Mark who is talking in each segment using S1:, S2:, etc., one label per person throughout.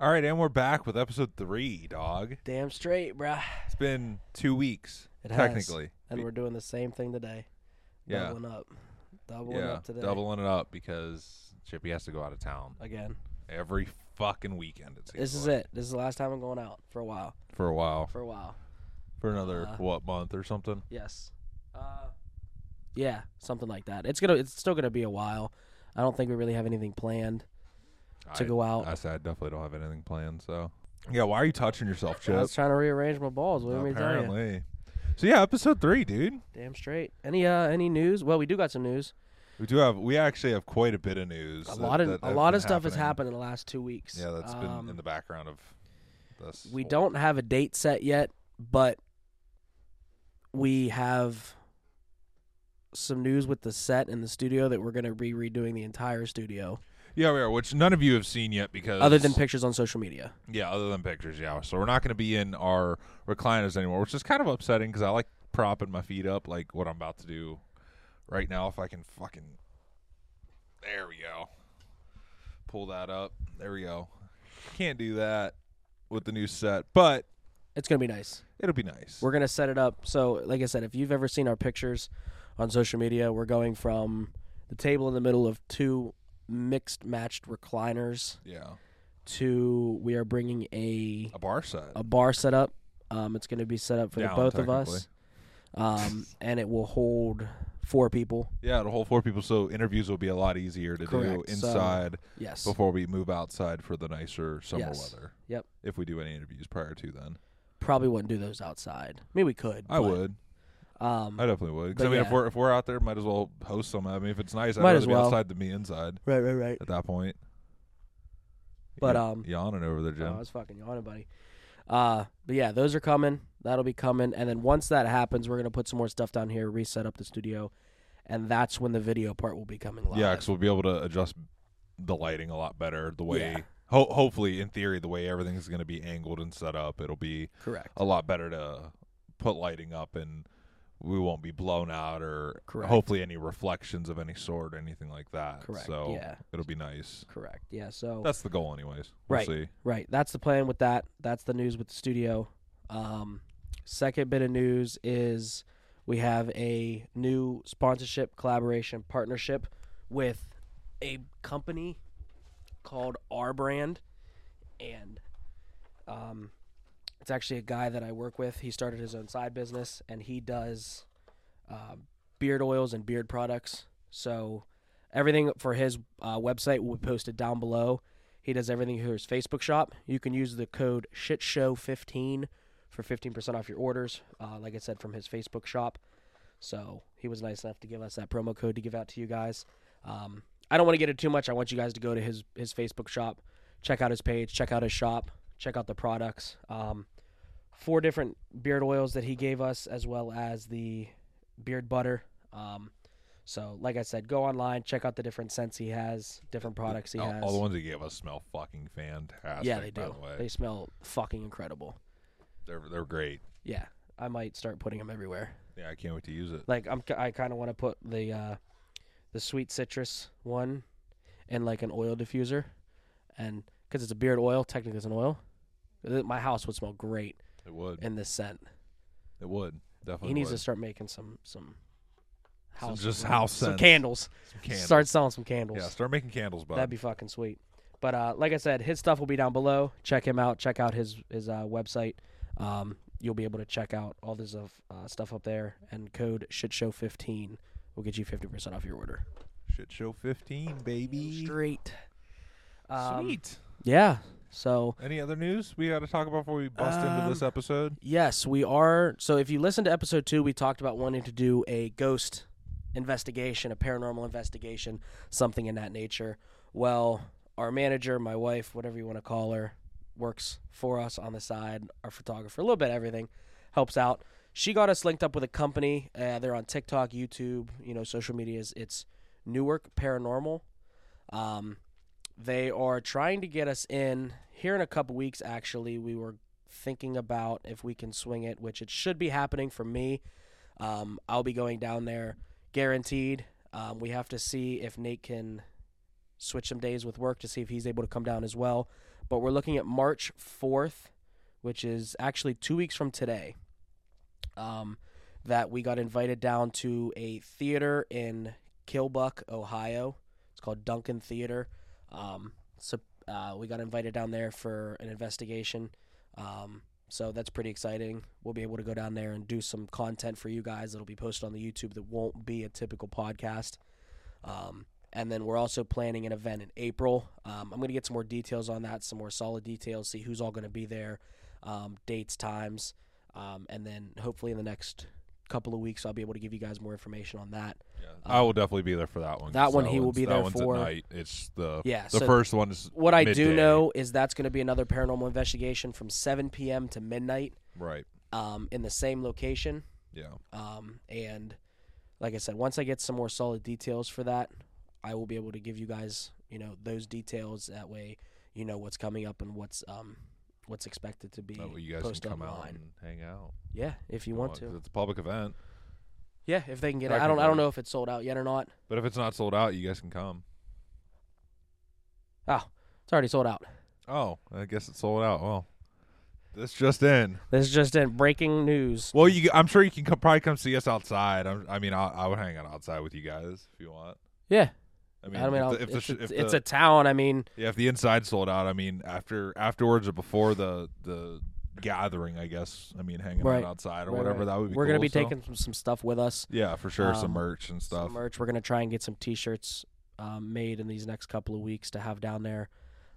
S1: All right, and we're back with episode three, dog.
S2: Damn straight, bruh.
S1: It's been two weeks,
S2: It has.
S1: technically.
S2: And we're doing the same thing today.
S1: Yeah.
S2: Doubling up. Doubling
S1: yeah,
S2: up today.
S1: doubling it up because Chippy has to go out of town
S2: Again.
S1: every fucking weekend. It seems
S2: This is
S1: like,
S2: it. This is the last time I'm going out for a while.
S1: for a while,
S2: For a while.
S1: for another
S2: uh,
S1: what month or something.
S2: Yes. Uh, yeah, something like that. It's gonna. It's still gonna be a while. I don't think we really have anything planned to
S1: I,
S2: go out.
S1: I said I definitely don't have anything planned. So yeah, why are you touching yourself,
S2: I
S1: Chip?
S2: was trying to rearrange my balls. What do you mean tell you?
S1: Apparently. So yeah, episode three, dude.
S2: Damn straight. Any uh any news? Well, we do got some news.
S1: We do have we actually have quite a bit of news.
S2: A
S1: that-
S2: lot of
S1: that
S2: a
S1: have
S2: lot
S1: been
S2: of stuff has
S1: happening.
S2: happened in the last two weeks.
S1: Yeah, that's
S2: Um,
S1: been in the background of this.
S2: We
S1: whole-
S2: don't have a date set yet, but we have some news with the set and the studio that we're going to be redoing the entire studio,
S1: Yeah, we are. Which none of you have seen yet because
S2: other than pictures on social media.
S1: Yeah, other than pictures, yeah. So we're not going to be in our recliners anymore, which is kind of upsetting because I like propping my feet up, like what I'm about to do right now. If I can fucking, there we go, pull that up. There we go. Can't do that with the new set, but
S2: It's going to be nice.
S1: it'll be nice.
S2: We're going to set it up. So, like I said, if you've ever seen our pictures on social media, we're going from the table in the middle of two mixed matched recliners
S1: yeah,
S2: to we are bringing a
S1: a bar set.
S2: a bar set up. Um, it's going to be set up for the
S1: Down,
S2: both of
S1: technically.
S2: us, um, and it will hold four people.
S1: yeah, it'll hold four people, so interviews will be a lot easier to
S2: Correct,
S1: do
S2: so-
S1: inside
S2: Yes.
S1: before we move outside for the nicer summer
S2: Yes.
S1: weather.
S2: Yep.
S1: If we do any interviews prior to then,
S2: Probably wouldn't do those outside. I mean, we could.
S1: I
S2: but,
S1: would.
S2: Um,
S1: I definitely would. 'Cause
S2: But
S1: I mean, if
S2: yeah.
S1: we're if we're out there, might as well host some. I mean, if it's nice, I'd
S2: Might
S1: rather
S2: as
S1: be
S2: well.
S1: outside than be inside
S2: right, right, right.
S1: at that point.
S2: But,
S1: Yeah,
S2: um,
S1: yawning over there,
S2: Oh, I
S1: Jim.
S2: was fucking yawning, buddy. Uh, but yeah, those are coming. That'll be coming. And then once that happens, we're gonna put some more stuff down here, reset up the studio, and that's when the video part will be coming live.
S1: Yeah, because we'll be able to adjust the lighting a lot better. The way,
S2: Yeah.
S1: ho- hopefully, in theory, the way everything's going to be angled and set up, it'll be
S2: correct.
S1: a lot better to put lighting up, and we won't be blown out or
S2: Correct.
S1: hopefully any reflections of any sort, or anything like that.
S2: Correct,
S1: So
S2: yeah.
S1: it'll be nice.
S2: Correct. Yeah. So
S1: That's the goal, anyways. We'll
S2: Right.
S1: see.
S2: Right. That's the plan with that. That's the news with the studio. Um, second bit of news is we have a new sponsorship, collaboration, partnership with a company called R Brand. And um, it's actually a guy that I work with. He started his own side business and he does um beard oils and beard products. So everything for his uh, website will be posted down below. He does everything through his Facebook shop. You can use the code SHITSHOW15 for 15% off your orders, uh, like I said, from his Facebook shop. So he was nice enough to give us that promo code to give out to you guys. Um, I don't want to get it too much. I want you guys to go to his, his Facebook shop, check out his page, check out his shop, check out the products. Um, four different beard oils that he gave us, as well as the beard butter. Um, so, like I said, go online, check out the different scents he has, different products he
S1: all,
S2: has.
S1: all the ones he gave us smell fucking fantastic.
S2: Yeah, they
S1: by
S2: do.
S1: the way.
S2: They smell fucking incredible.
S1: They're they're great.
S2: Yeah, I might start putting them everywhere.
S1: Yeah, I can't wait to use it.
S2: Like I'm, I kind of want to put the uh, the sweet citrus one in like an oil diffuser, and because it's a beard oil, technically it's an oil. Th- My house would smell great
S1: It would.
S2: in this scent.
S1: It would. Definitely.
S2: He needs to
S1: would.
S2: start making some some
S1: Some
S2: house
S1: just house
S2: some
S1: scents.
S2: candles.
S1: Some candles.
S2: Start selling some candles.
S1: Yeah, start making candles, bud.
S2: That'd be fucking sweet. But uh, like I said, his stuff will be down below. Check him out. Check out his his uh, website. Um, you'll be able to check out all this of uh, stuff up there, and code shitshow15 will get you 50% off your order.
S1: Shit show 15, baby.
S2: Straight. Um,
S1: Sweet.
S2: Yeah. So
S1: Any other news we got to talk about before we bust into this
S2: Um,
S1: episode?
S2: Yes, we are. So if you listen to episode two, we talked about wanting to do a ghost investigation, a paranormal investigation, something in that nature. Well, our manager, my wife, whatever you want to call her, works for us on the side, our photographer, a little bit of everything, helps out. She got us linked up with a company. Uh, they're on TikTok, YouTube, you know, social media. Is It's Newark Paranormal. Um, they are trying to get us in here in a couple weeks, actually. We were thinking about if we can swing it, which it should be happening for me. Um, I'll be going down there guaranteed. Um, we have to see if Nate can switch some days with work to see if he's able to come down as well. But we're looking at March 4th, which is actually two weeks from today, um, that we got invited down to a theater in Kilbuck, Ohio. It's called Duncan Theater. Um, so uh, we got invited down there for an investigation. Um, so that's pretty exciting. We'll be able to go down there and do some content for you guys that'll be posted on the YouTube that won't be a typical podcast. Um, and then we're also planning an event in April. Um, I'm going to get some more details on that, some more solid details, see who's all going to be there, um, dates, times. Um, and then hopefully in the next couple of weeks, I'll be able to give you guys more information on that.
S1: I will definitely be there for that one.
S2: that
S1: 'cause
S2: one he will
S1: one's-
S2: be
S1: that
S2: there
S1: one's
S2: for-
S1: At night. It's the
S2: Yeah,
S1: the
S2: so
S1: first one is
S2: What I do
S1: midday.
S2: know is that's going to be another paranormal investigation from 7 p.m. to midnight
S1: Right.
S2: um, in the same location.
S1: Yeah.
S2: Um, and like I said, once I get some more solid details for that, I will be able to give you guys, you know, those details. That way, you know what's coming up and what's um what's expected to be
S1: That way you guys
S2: posted
S1: can come out
S2: online.
S1: and hang out.
S2: Yeah, if you want to.
S1: It's a public event.
S2: Yeah, if they can get it.
S1: That
S2: I don't.
S1: can
S2: I don't
S1: go.
S2: know if it's sold out yet or not.
S1: But if it's not sold out, you guys can come.
S2: Ah, It's already sold out.
S1: Oh, I guess it's sold out. Well, this just in.
S2: This is just in breaking news.
S1: Well, you, I'm sure you can come, probably come see us outside. I'm, I mean, I, I would hang out outside with you guys if you want.
S2: Yeah,
S1: I
S2: I
S1: mean,
S2: mean, I'll-
S1: if, the, if, the,
S2: it's,
S1: sh-
S2: a-
S1: if
S2: it's
S1: the,
S2: a town. I mean,
S1: yeah, if the inside sold out, I mean, after afterwards or before the the gathering, I guess. I mean, hanging
S2: Right.
S1: out outside or
S2: right,
S1: whatever
S2: right.
S1: that would be.
S2: We're
S1: cool,
S2: gonna be
S1: so-
S2: taking some, some stuff with us.
S1: Yeah, for sure, some
S2: um,
S1: merch and
S2: some
S1: stuff.
S2: merch. We're gonna try and get some T-shirts um, made in these next couple of weeks to have down there.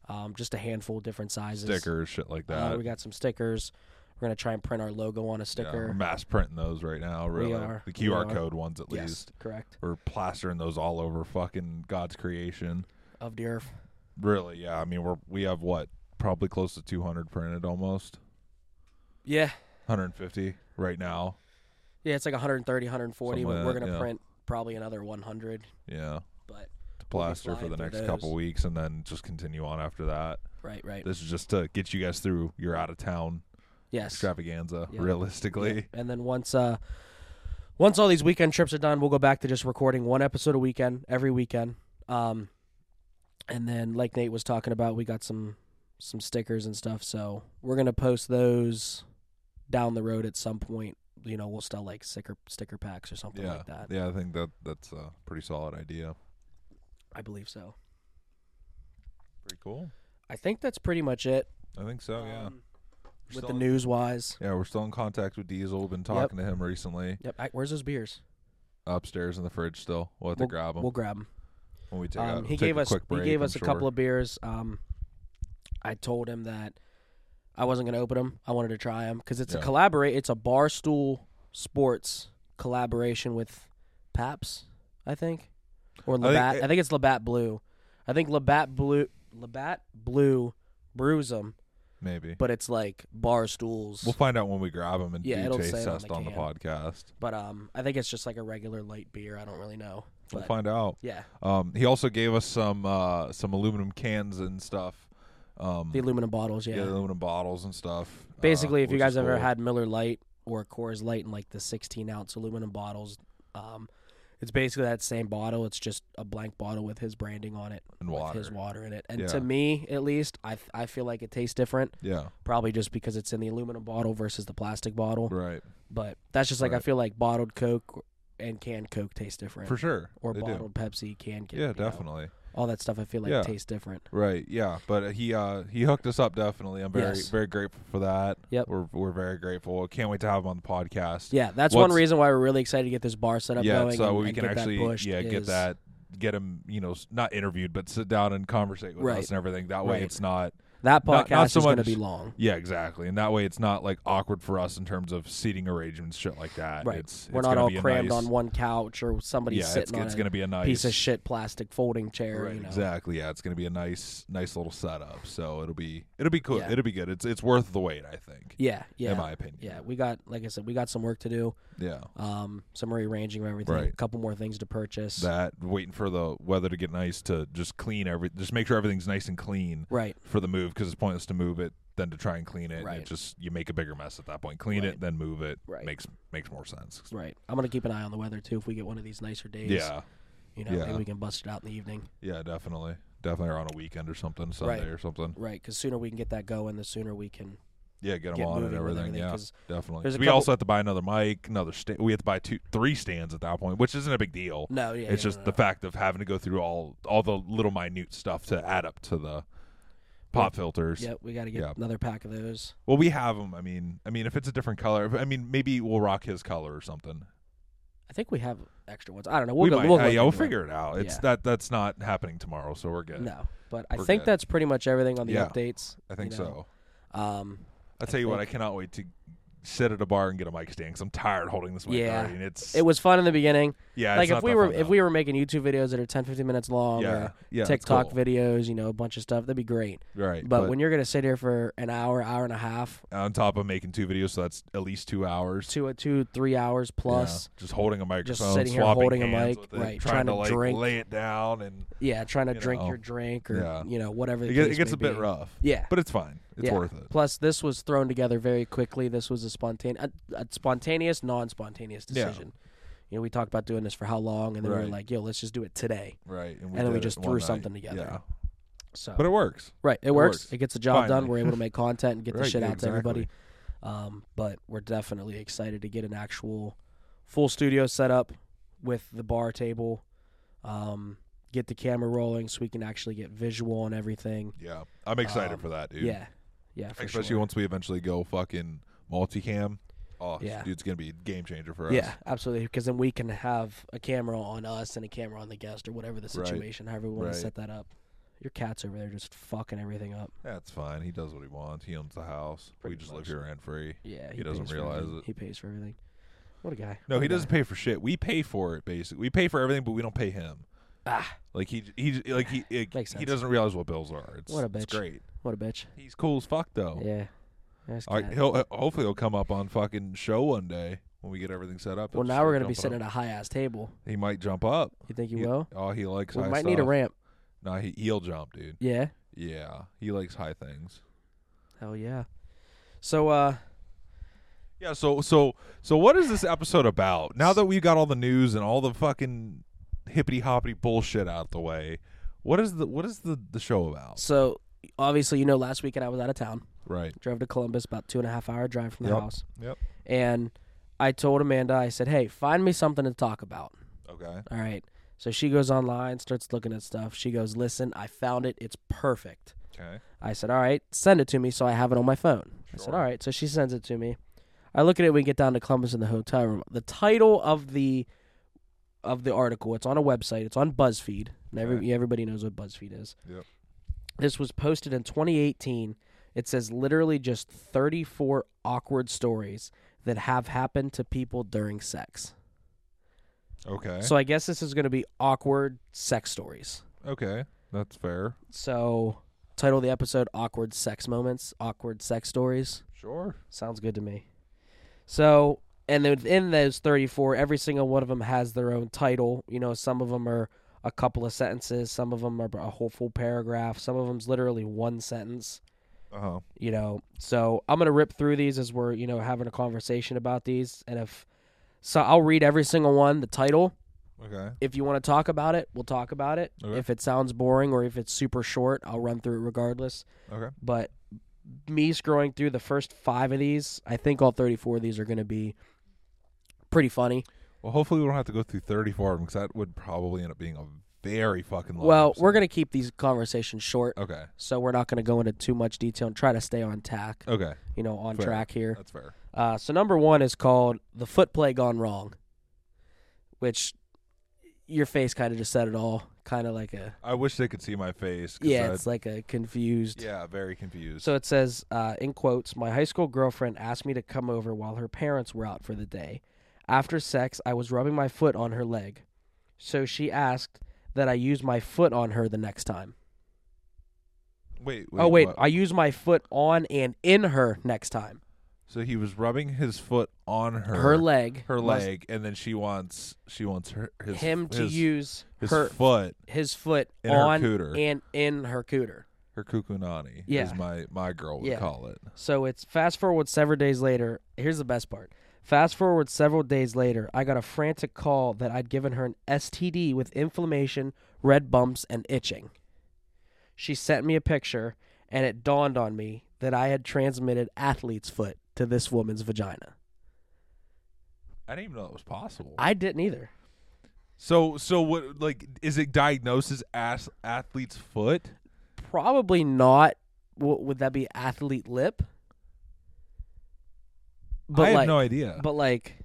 S2: Um, just a handful of different sizes.
S1: stickers, shit like
S2: Uh,
S1: that.
S2: we got some stickers. We're gonna try and print our logo on a
S1: Yeah, we're
S2: sticker.
S1: mass printing those right now. Really,
S2: are,
S1: the
S2: we
S1: QR
S2: are.
S1: code ones at
S2: yes,
S1: least.
S2: correct.
S1: We're plastering those all over fucking God's creation.
S2: Of the Earth.
S1: Really, yeah. I mean, we're we have what probably close to 200 printed, almost
S2: Yeah,
S1: 150 right now.
S2: yeah. It's like 130, 140,
S1: Something
S2: but
S1: like
S2: we're
S1: that,
S2: gonna
S1: yeah.
S2: print probably another 100.
S1: Yeah,
S2: But
S1: to plaster for
S2: flying
S1: the
S2: through
S1: next
S2: those.
S1: couple weeks, and then just continue on after that.
S2: right, right.
S1: This is just to get you guys through your out of town
S2: yes.
S1: extravaganza.
S2: Yeah.
S1: Realistically,
S2: And then once uh once all these weekend trips are done, we'll go back to just recording one episode a weekend every weekend. Um and then like Nate was talking about, we got some some stickers and stuff, so we're going to post those down the road at some point. You know, we'll sell like sticker sticker packs or something
S1: yeah,
S2: like that.
S1: yeah. I think that that's a pretty solid idea.
S2: I believe so.
S1: Pretty cool.
S2: I think that's pretty much it.
S1: I think so. Oh, yeah.
S2: um,
S1: We're
S2: with
S1: still
S2: the
S1: in-
S2: news wise.
S1: Yeah, we're still in contact with Diesel. We've been talking to him recently.
S2: Yep. I, where's those beers?
S1: Upstairs in the fridge, still. We'll have to
S2: We'll-
S1: grab him
S2: We'll grab them.
S1: when we take, a,
S2: Um, he
S1: uh, take
S2: gave
S1: a
S2: us
S1: quick break.
S2: he gave
S1: I'm
S2: us a
S1: sure.
S2: couple of beers. Um, I told him that I wasn't going to open them. I wanted to try them because it's a
S1: Yeah.
S2: collaborate. It's a Barstool Sports collaboration with Paps, I think, or
S1: think
S2: Labatt. I think,
S1: it-
S2: it's Labatt Blue. I think Labatt Blue Labatt Blue brews them,
S1: maybe.
S2: but it's like Barstools.
S1: We'll find out when we grab him and
S2: Yeah, it'll
S1: DJ
S2: say it on
S1: test
S2: the
S1: on the
S2: can.
S1: podcast.
S2: but um, I think it's just like a regular light beer. I don't really know.
S1: We'll
S2: But,
S1: find out.
S2: yeah,
S1: Um, he also gave us some uh, some aluminum cans and stuff. Um,
S2: the aluminum bottles.
S1: yeah, aluminum bottles and stuff. uh,
S2: Basically, if you
S1: which
S2: guys
S1: is
S2: ever
S1: cool.
S2: had Miller Lite or Coors Light in like the 16 ounce aluminum bottles, um, it's basically that same bottle. It's just a blank bottle with his branding on it,
S1: And
S2: with
S1: water.
S2: his water in it. And
S1: Yeah.
S2: to me, at least, I th- I feel like it tastes different,
S1: yeah,
S2: probably just because it's in the aluminum bottle versus the plastic bottle.
S1: right,
S2: But that's just like I
S1: Right.
S2: feel like bottled Coke and canned Coke taste different,
S1: for sure
S2: or
S1: they do.
S2: bottled Pepsi, canned.
S1: Yeah,
S2: you know.
S1: definitely.
S2: all that stuff. I feel like
S1: Yeah.
S2: tastes different.
S1: Right. Yeah. But he uh he hooked us up definitely. I'm very
S2: Yes.
S1: very grateful for that.
S2: Yep.
S1: We're we're very grateful. Can't wait to have him on the podcast.
S2: Yeah, that's one
S1: What's-
S2: reason why we're really excited to get this bar set up
S1: Yeah.
S2: going.
S1: so
S2: and,
S1: we
S2: and
S1: can
S2: get
S1: actually
S2: that pushed
S1: yeah get
S2: is-
S1: that get him you know s- not interviewed but sit down and conversate with
S2: Right.
S1: us and everything. That way
S2: Right.
S1: it's not
S2: That
S1: Not-
S2: podcast
S1: not so
S2: is going to
S1: much-
S2: be long.
S1: yeah exactly and that way it's not like awkward for us in terms of seating arrangements shit like that.
S2: Right.
S1: It's,
S2: We're
S1: it's
S2: not
S1: gonna
S2: all
S1: be a
S2: crammed
S1: nice-
S2: on one couch or somebody
S1: Yeah. It's,
S2: sitting on
S1: it's
S2: a
S1: going to be a nice
S2: piece of shit plastic folding chair.
S1: Right,
S2: you know?
S1: exactly. Yeah, it's going to be a nice, nice little setup. So it'll be, it'll be cool.
S2: Yeah.
S1: It'll be good. It's, it's worth the wait. I think,
S2: Yeah, yeah,
S1: in my opinion.
S2: yeah. We got, like I said, we got some work to do.
S1: yeah.
S2: Um, some rearranging of everything.
S1: Right.
S2: A couple more things to purchase.
S1: that waiting for the weather to get nice to just clean every just make sure everything's nice and clean
S2: Right.
S1: for the move because it's pointless to move it then to try and clean it, and
S2: Right.
S1: it just you make a bigger mess at that point clean
S2: Right.
S1: it then move it
S2: Right.
S1: makes makes more sense
S2: Right. I'm gonna keep an eye on the weather too. If we get one of these nicer days,
S1: yeah
S2: you know,
S1: yeah.
S2: maybe we can bust it out in the evening.
S1: yeah definitely definitely or on a weekend or something sunday or something
S2: Right. Because sooner we can get that going, the sooner we can
S1: yeah get them
S2: get
S1: on and
S2: moving with
S1: everything,
S2: everything.
S1: yeah
S2: 'cause
S1: definitely
S2: there's a
S1: we
S2: couple-
S1: also have to buy another mic another sta- we have to buy two three stands at that point which isn't a big deal
S2: no, yeah.
S1: it's
S2: yeah,
S1: just
S2: no, no,
S1: the
S2: no.
S1: fact of having to go through all all the little minute stuff to add up to the pop filters
S2: Yeah, we got to get
S1: Yeah.
S2: another pack of those.
S1: Well, we have them. I mean, I mean, if it's a different color, I mean, maybe we'll rock his color or something.
S2: I think we have extra ones. I don't know. We'll
S1: we
S2: go.
S1: might.
S2: We'll
S1: Uh,
S2: look
S1: yeah, we'll
S2: into it.
S1: figure it out. It's
S2: Yeah.
S1: that that's not happening tomorrow, so we're good.
S2: No, but I
S1: We're
S2: think
S1: good.
S2: that's pretty much everything on the
S1: Yeah,
S2: updates.
S1: I think
S2: you know.
S1: so.
S2: Um,
S1: I'll tell you what, I cannot wait to sit at a bar and get a mic stand because I'm tired holding this mic
S2: Yeah.
S1: already. And it's
S2: it was fun in the beginning.
S1: yeah,
S2: like
S1: it's
S2: if
S1: not
S2: we
S1: that
S2: were
S1: fun,
S2: if
S1: though.
S2: we were making YouTube videos that are 10, 15 minutes long,
S1: yeah
S2: or
S1: yeah that's
S2: TikTok
S1: cool.
S2: videos, you know, a bunch of stuff, that'd be great.
S1: right?
S2: But, when you're gonna sit here for an hour, hour and a half,
S1: on top of making two videos, so that's at least two hours.
S2: two two three hours plus,
S1: Yeah, just holding a microphone,
S2: sitting here
S1: swapping
S2: holding a
S1: hands
S2: mic,
S1: with it,
S2: right,
S1: Trying,
S2: trying to
S1: like
S2: drink.
S1: lay it down, and
S2: yeah, trying to
S1: You
S2: drink
S1: know.
S2: your drink or
S1: Yeah.
S2: you know whatever. The
S1: it, get- it
S2: case
S1: gets
S2: may
S1: a bit
S2: be.
S1: rough.
S2: Yeah,
S1: but it's fine. It's
S2: Yeah.
S1: worth it.
S2: Plus, this was thrown together very quickly. This was a spontaneous, a, a spontaneous, non-spontaneous
S1: Yeah.
S2: decision. You know, we talked about doing this for how long, and then we
S1: Right.
S2: were like, "Yo, let's just do it today."
S1: Right.
S2: And then we
S1: did it
S2: just
S1: one
S2: threw
S1: night.
S2: something together. Oh.
S1: Yeah.
S2: So,
S1: But it works.
S2: right, it works.
S1: works.
S2: It gets the job done.
S1: Finally.
S2: We're able to make content and get the
S1: Right,
S2: shit out
S1: exactly.
S2: to everybody. Um, but we're definitely excited to get an actual full studio set up with the bar table. Um, get the camera rolling so we can actually get visual on everything.
S1: Yeah. I'm excited
S2: Um,
S1: for that, dude.
S2: Yeah, yeah, for
S1: Especially
S2: sure.
S1: once we eventually go fucking multicam. Oh,
S2: Yeah.
S1: dude, it's going to be a game changer for us.
S2: Yeah, absolutely. Because then we can have a camera on us and a camera on the guest or whatever the
S1: Right.
S2: situation, however we want
S1: Right.
S2: to set that up. Your cat's over there just fucking everything up.
S1: That's fine. He does what he wants. He owns the house. we
S2: Pretty
S1: just live
S2: much.
S1: here rent free.
S2: Yeah,
S1: He doesn't
S2: pays for
S1: realize
S2: everything.
S1: it.
S2: He pays for everything. What a guy.
S1: No,
S2: What
S1: he
S2: a guy.
S1: doesn't pay for shit. We pay for it basically. We pay for everything, but we don't pay him.
S2: Ah,
S1: Like he he like he it,
S2: Makes
S1: he
S2: sense.
S1: doesn't realize what bills are. It's,
S2: What a
S1: it's
S2: bitch.
S1: great.
S2: what a bitch.
S1: He's cool as fuck though.
S2: Yeah. Nice
S1: Oh. All right,
S2: cat.
S1: he'll uh, hopefully he'll come up on fucking show one day when we get everything set up.
S2: well,
S1: He'll
S2: now
S1: start
S2: we're gonna be
S1: jumping
S2: sitting
S1: up.
S2: at a high ass table.
S1: He might jump up.
S2: You think you
S1: He-
S2: will?
S1: Oh, he likes.
S2: We
S1: high
S2: might need a
S1: stuff.
S2: ramp.
S1: No, he he'll jump, dude.
S2: Yeah.
S1: Yeah, he likes high things.
S2: Hell yeah. So uh,
S1: Yeah, so so so what is this episode about? Now that we got all the news and all the fucking hippity hoppity bullshit out the way, what is the what is the the show about?
S2: so obviously you know last weekend I was out of town.
S1: Right.
S2: drove to Columbus, about two and a half hour drive from the
S1: Yep.
S2: house.
S1: Yep.
S2: And I told Amanda, I said, "Hey, find me something to talk about."
S1: Okay.
S2: All right. So she goes online, starts looking at stuff. She goes, "Listen, I found it. It's perfect."
S1: Okay.
S2: I said, "All right, send it to me so I have it on my phone." I said,
S1: Sure.
S2: "All right." So she sends it to me. I look at it. We get down to Columbus in the hotel room. The title of the of the article. It's on a website. It's on BuzzFeed. And every,
S1: Okay.
S2: everybody knows what BuzzFeed is.
S1: Yep.
S2: This was posted in 2018. It says literally just 34 awkward stories that have happened to people during sex.
S1: Okay.
S2: So I guess this is going to be awkward sex stories.
S1: okay. That's fair.
S2: So, title of the episode Awkward Sex Moments, Awkward Sex Stories.
S1: Sure.
S2: Sounds good to me. So, and then within those 34, every single one of them has their own title. You know, some of them are a couple of sentences, some of them are a whole full paragraph, some of them's literally one sentence.
S1: Uh huh.
S2: You know, so I'm going to rip through these as we're, you know, having a conversation about these. And if so, I'll read every single one, the title,
S1: Okay.
S2: if you want to talk about it, we'll talk about it.
S1: Okay.
S2: If it sounds boring or if it's super short, I'll run through it regardless.
S1: Okay.
S2: But me scrolling through the first five of these, I think all 34 of these are going to be pretty funny.
S1: Well, hopefully we don't have to go through 34 of them because that would probably end up being a very fucking long.
S2: Well, we're
S1: episode.
S2: gonna keep these conversations short,
S1: Oh, Okay.
S2: so we're not gonna go into too much detail and try to stay on tack.
S1: Okay.
S2: You know, on
S1: fair.
S2: track here.
S1: That's fair.
S2: Uh, so number one is called the foot play gone wrong, which your face kind of just said it all. Kind of like a
S1: I wish they could see my face. 'cause
S2: yeah,
S1: I-
S2: it's like a confused.
S1: yeah, very confused.
S2: So it says, uh, in quotes, my high school girlfriend asked me to come over while her parents were out for the day. After sex, I was rubbing my foot on her leg. So she asked that I use my foot on her the next time.
S1: wait,
S2: oh, wait.
S1: what?
S2: I use my foot on and in her next time.
S1: So he was rubbing his foot on her,
S2: Her, leg.
S1: her
S2: must-
S1: leg, and then she wants she wants her his
S2: him to
S1: his-
S2: use
S1: his
S2: her,
S1: foot,
S2: his foot
S1: in her
S2: on
S1: cooter.
S2: and in her cooter.
S1: her kukunani,
S2: Yeah.
S1: as my my girl would
S2: Yeah.
S1: call it.
S2: So it's fast forward several days later. Here's the best part. Fast forward several days later, I got a frantic call that I'd given her an STD with inflammation, red bumps, and itching. She sent me a picture, and it dawned on me that I had transmitted athlete's foot to this woman's vagina.
S1: I didn't even know it was possible.
S2: I didn't either.
S1: so so what like is it diagnosed as ass, athlete's foot?
S2: Probably not. W- would that be athlete lip? But
S1: I have
S2: like,
S1: no idea.
S2: But like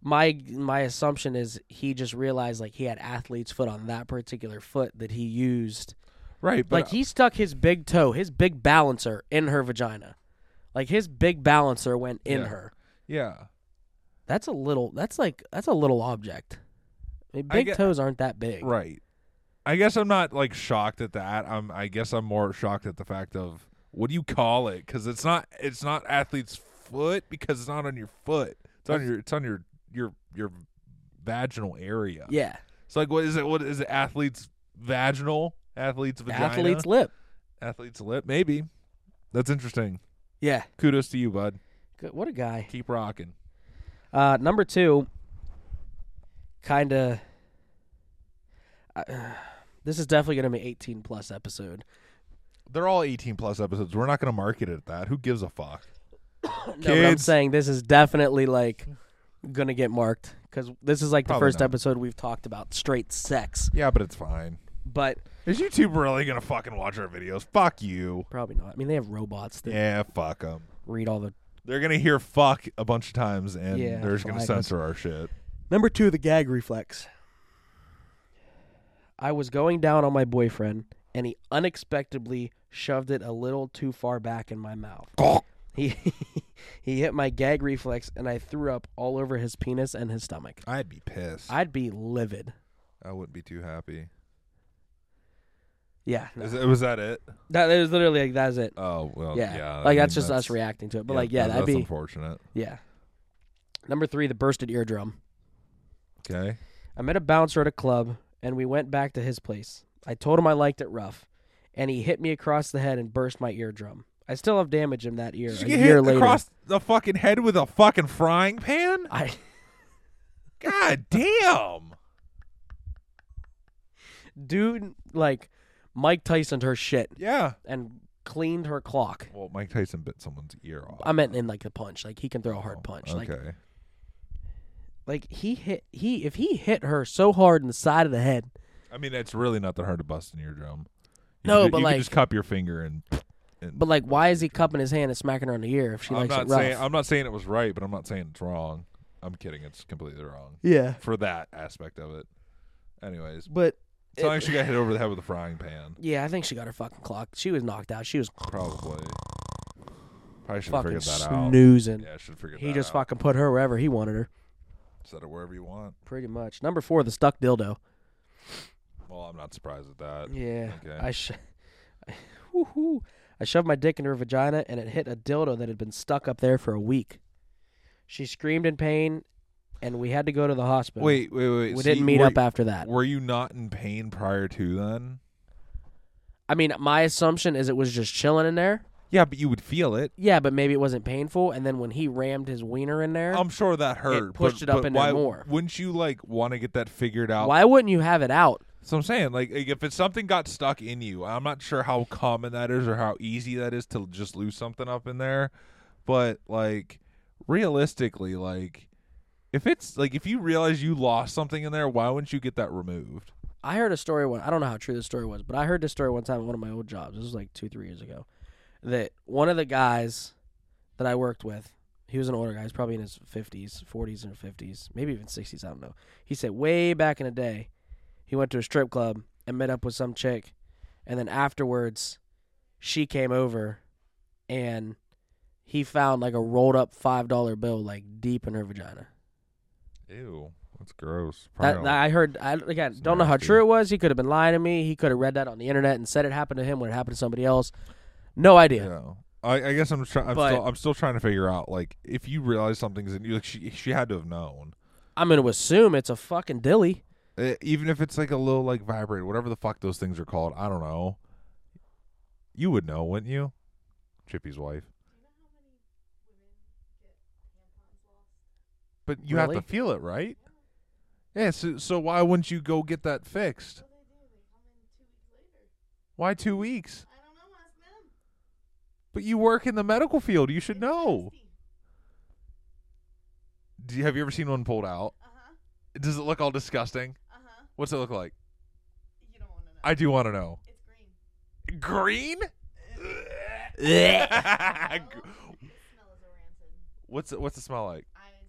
S2: my my assumption is he just realized like he had athlete's foot on that particular foot that he used.
S1: right, but uh,
S2: like he stuck his big toe, his big balancer in her vagina. Like his big balancer went in
S1: Yeah.
S2: her.
S1: yeah.
S2: That's a little that's like that's a little object. I mean,
S1: I
S2: big
S1: get-
S2: toes aren't that big.
S1: Right. I guess I'm not like shocked at that. I'm I guess I'm more shocked at the fact of what do you call it? Because it's not it's not athlete's foot because it's not on your foot. It's on your it's on your your your vaginal area.
S2: Yeah.
S1: It's like what is it? What is it? Athlete's vaginal? Athlete's vagina?
S2: Athlete's lip.
S1: athlete's lip? Maybe. That's interesting.
S2: Yeah.
S1: Kudos to you, bud.
S2: Good. What a guy.
S1: Keep rocking.
S2: Uh, number two, kind of. Uh, this is definitely going to be 18 plus episode.
S1: They're all 18 plus episodes. We're not going to market it at that. Who gives a fuck?
S2: No, but I'm
S1: Kids.
S2: saying this is definitely like going to get marked because this is like the
S1: Probably
S2: first
S1: not.
S2: episode we've talked about straight sex,
S1: Yeah, but it's fine.
S2: but
S1: Is YouTube really going to fucking watch our videos? Fuck you.
S2: probably not. I mean, they have robots that
S1: Yeah, fuck them.
S2: read all the.
S1: They're gonna hear "fuck" a bunch of times, and
S2: Yeah,
S1: they're just gonna
S2: flag us.
S1: censor our shit.
S2: Number two, the gag reflex. I was going down on my boyfriend, and he unexpectedly shoved it a little too far back in my mouth. He he hit my gag reflex and I threw up all over his penis and his stomach.
S1: I'd be pissed. I,
S2: I'd be livid.
S1: wouldn't be too happy.
S2: Yeah. no.
S1: Is it, was that it?
S2: That that is literally like that's it.
S1: Oh well,
S2: yeah.
S1: yeah.
S2: Like
S1: I
S2: that's
S1: mean,
S2: just us reacting to it. But like
S1: that-
S2: yeah, that'd
S1: that's
S2: be
S1: unfortunate.
S2: yeah. Number 3, the bursted eardrum.
S1: Okay.
S2: I met a bouncer at a club and we went back to his place. I told him I liked it rough and he hit me across the head and burst my eardrum. I still have damage in that ear
S1: Did
S2: a
S1: you get
S2: year
S1: hit
S2: later.
S1: across the fucking head with a fucking frying pan?
S2: I
S1: God damn!
S2: dude like Mike Tyson her shit
S1: Yeah.
S2: and cleaned her clock.
S1: Well, Mike Tyson bit someone's ear off.
S2: I meant in like the punch. Like he can throw a hard
S1: Oh,
S2: punch.
S1: Okay.
S2: Like like he hit he if he hit her so hard in the side of the head.
S1: I mean, it's really not that hard to bust an eardrum. You
S2: No,
S1: could- you
S2: but
S1: could
S2: like-
S1: just cup your finger and. and
S2: But like why is he cupping his hand and smacking her in the ear if she
S1: I'm
S2: likes
S1: not
S2: it rough?
S1: saying I'm not saying it was right, but I'm not saying it's wrong. I'm kidding. It's completely wrong
S2: yeah.
S1: for that aspect of it. Anyways,
S2: But
S1: it's not
S2: it-
S1: like she got hit over the head with a frying pan.
S2: yeah, I think she got her fucking clock. She was knocked out. She was
S1: Probably. Probably should have
S2: fucking
S1: figured that out.
S2: snoozing.
S1: Yeah, I should figure
S2: he
S1: that
S2: just
S1: out.
S2: fucking put her wherever he wanted her.
S1: Set it wherever you want.
S2: Pretty much. Number four, the stuck dildo.
S1: Well, I'm not surprised at that.
S2: Yeah.
S1: Okay.
S2: I sh- Woo-hoo. I shoved my dick in her vagina and it hit a dildo that had been stuck up there for a week. She screamed in pain and we had to go to the hospital.
S1: Wait, wait, wait.
S2: We
S1: so
S2: didn't
S1: you-
S2: meet
S1: were,
S2: up after that.
S1: Were you not in pain prior to then?
S2: I mean, my assumption is it was just chilling in there.
S1: Yeah, but you would feel it.
S2: Yeah, but maybe it wasn't painful. And then when he rammed his wiener in there,
S1: I'm sure that hurt.
S2: pushed
S1: but,
S2: it up
S1: but
S2: in there
S1: why,
S2: more.
S1: Wouldn't you like want to get that figured out
S2: why wouldn't you have it out?
S1: So I'm saying, like, like, if it's something got stuck in you, I'm not sure how common that is or how easy that is to just lose something up in there, but like, realistically, like, if it's like if you realize you lost something in there, why wouldn't you get that removed?
S2: I heard a story one. I don't know how true this story was, but I heard this story one time at one of my old jobs. This was like two, three years ago. That one of the guys that I worked with, he was an older guy. He's probably in his fifties, forties, and fifties, maybe even sixties. I don't know. He said way back in the day, he went to a strip club and met up with some chick, and then afterwards, she came over, and he found like a rolled up five dollar bill like deep in her vagina.
S1: Ew, that's gross.
S2: That,
S1: Probably
S2: that I heard. I again
S1: It's
S2: don't know how
S1: nasty.
S2: true it was. He could have been lying to me. He could have read that on the internet and said it happened to him when it happened to somebody else. No idea.
S1: Yeah. I, I guess I'm trying. I'm
S2: But-
S1: still. I'm still trying to figure out like if you realize something's in you. Like she, she had to have known.
S2: I'm gonna assume it's a fucking dilly.
S1: Uh, even if it's like a little like vibrator, whatever the fuck those things are called. I don't know. You would know, wouldn't you? Chippy's wife. But you
S2: Really?
S1: have to feel it, right? Yeah. So, so why wouldn't you go get that fixed? Why two weeks? But you work in the medical field. You should know. Do you, have you ever seen one pulled out?
S3: Uh-huh,
S1: Does it look all disgusting? What's it look like? I do want to know. Green?
S3: Oh,
S1: what's it, what's the smell like?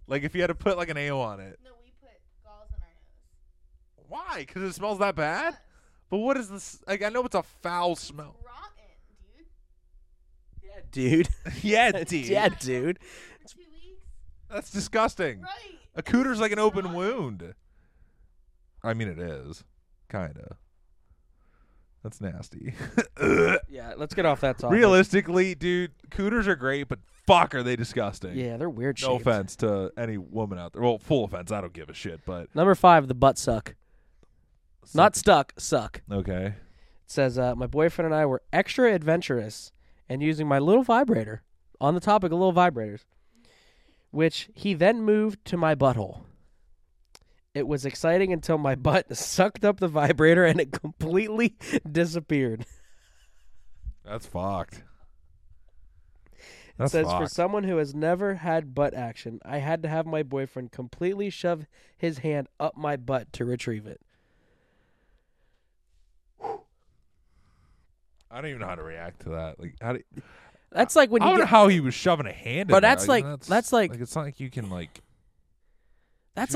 S1: Like if you had to put like an AO on it.
S3: No, we put galls in our nose.
S1: Why? Because it smells that bad.
S3: Yes.
S1: But what is this? Like I know it's a foul smell.
S3: Rotten, dude.
S2: Yeah, dude.
S1: yeah,
S2: yeah, dude.
S3: For two weeks.
S1: That's disgusting.
S3: Right.
S1: A cooter's like an open wound. I mean, it is kinda. That's nasty.
S2: Yeah, let's get off that topic.
S1: Realistically, dude, cooters are great, but fuck, are they disgusting?
S2: Yeah, they're weird.
S1: No
S2: shaped.
S1: offense to any woman out there. Well, full offense. I don't give a shit, but
S2: Number five, the butt suck. Not stuck. Suck.
S1: okay.
S2: It says uh, my boyfriend and I were extra adventurous and using my little vibrator on the topic of little vibrators, which he then moved to my butthole. It was exciting until my butt sucked up the vibrator and it completely disappeared.
S1: That's fucked.
S2: It
S1: That's
S2: says for
S1: fucked.
S2: someone who has never had butt action, I had to have my boyfriend completely shove his hand up my butt to retrieve it.
S1: I don't even know how to react to that. Like, how do
S2: That's like when
S1: I
S2: you
S1: don't
S2: get,
S1: know how he was shoving a hand.
S2: Bro,
S1: in there.
S2: that's like- that's like-
S1: it's not like you can like.
S2: that's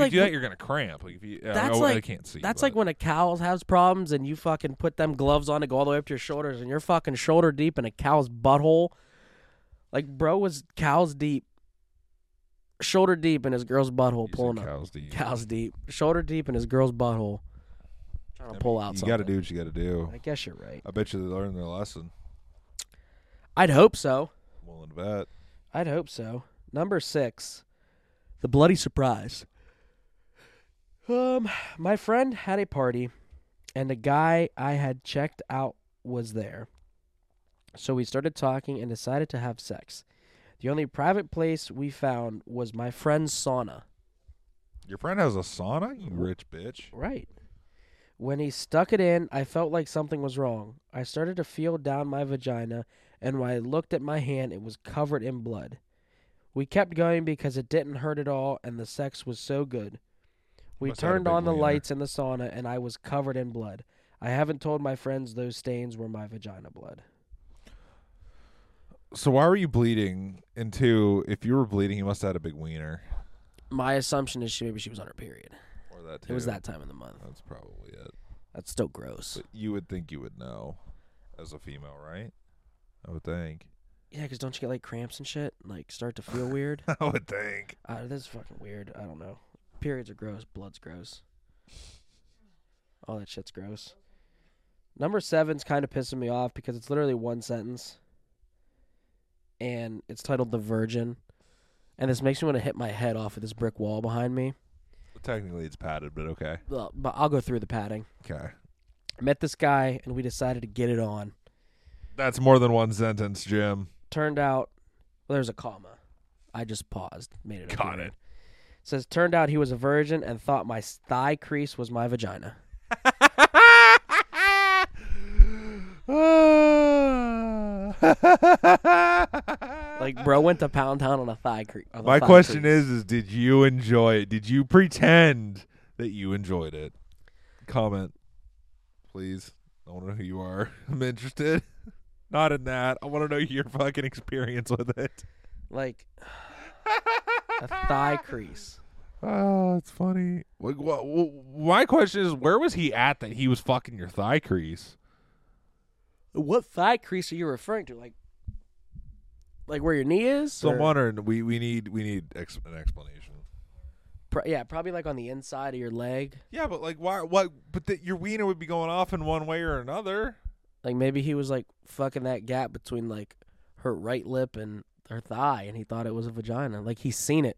S1: if you
S2: like
S1: do that, you're gonna cramp. Like if you, I
S2: That's
S1: know- I
S2: like-
S1: can't see.
S2: That's
S1: but-
S2: like when a cow has problems and you fucking put them gloves on to go all the way up to your shoulders and you're fucking shoulder deep in a cow's butthole. Like bro was cows deep, shoulder deep in his girl's butthole
S1: You said
S2: pulling up.
S1: cows do you-
S2: Cows deep, shoulder deep in his girl's butthole, trying
S1: I
S2: to
S1: mean,
S2: pull out.
S1: You
S2: something.
S1: got to do what you got to do.
S2: I guess you're right.
S1: I bet you they learned their lesson.
S2: I'd hope so.
S1: I'm willing to bet.
S2: I'd hope so. Number six, the bloody surprise. Um, my friend had a party, and the guy I had checked out was there. So we started talking and decided to have sex. The only private place we found was my friend's sauna.
S1: Your friend has a sauna. You rich bitch.
S2: Right. When he stuck it in, I felt like something was wrong. I started to feel down my vagina, and when I looked at my hand, it was covered in blood. We kept going because it didn't hurt at all, and the sex was so good. We
S1: Must have had a
S2: turned
S1: big
S2: on the
S1: wiener.
S2: lights in the sauna, and I was covered in blood. I haven't told my friends those stains were my vagina blood.
S1: So why were you bleeding? And two, if you were bleeding, you must have had a big wiener.
S2: My assumption is she maybe she was on her period.
S1: Or that
S2: It was
S1: too.
S2: that time of the month.
S1: That's probably it.
S2: That's still gross.
S1: But you would think you would know, as a female, right? I would think.
S2: Yeah, because don't you get like cramps and shit? and, Like start to feel weird.
S1: I would think.
S2: Uh, this is fucking weird. I don't know. Periods are gross. Blood's gross. All that shit's gross. Number seven's kind of pissing me off because it's literally one sentence, and it's titled "The Virgin," and this makes me want to hit my head off of this brick wall behind me.
S1: Technically, it's padded, but okay.
S2: Well, But I'll go through the padding.
S1: Okay.
S2: Met this guy, and we decided to get it on.
S1: That's more than one sentence, Jim.
S2: turned out well, there's a comma. I just paused, made it. up
S1: Got
S2: here.
S1: it.
S2: Says turned out he was a virgin and thought my s- thigh crease was my vagina. Like bro went to pound town on a thigh crease.
S1: my question is: Is did you enjoy it? Did you pretend that you enjoyed it? Comment. please. I want to know who you are. I'm interested. Not in that. I want to know your fucking experience with it.
S2: Like a thigh crease.
S1: Oh, it's funny. Like, wha- wha- my question is, where was he at that he was fucking your thigh crease?
S2: What thigh crease are you referring to? Like, like where your knee is?
S1: So I'm
S2: Or-
S1: wondering. We we need we need ex- an explanation.
S2: Pro- yeah, probably like on the inside of your leg.
S1: Yeah, but like, why? Why? But that your wiener would be going off in one way or another.
S2: Like maybe he was like fucking that gap between like her right lip and her thigh, and he thought it was a vagina. Like he's seen it.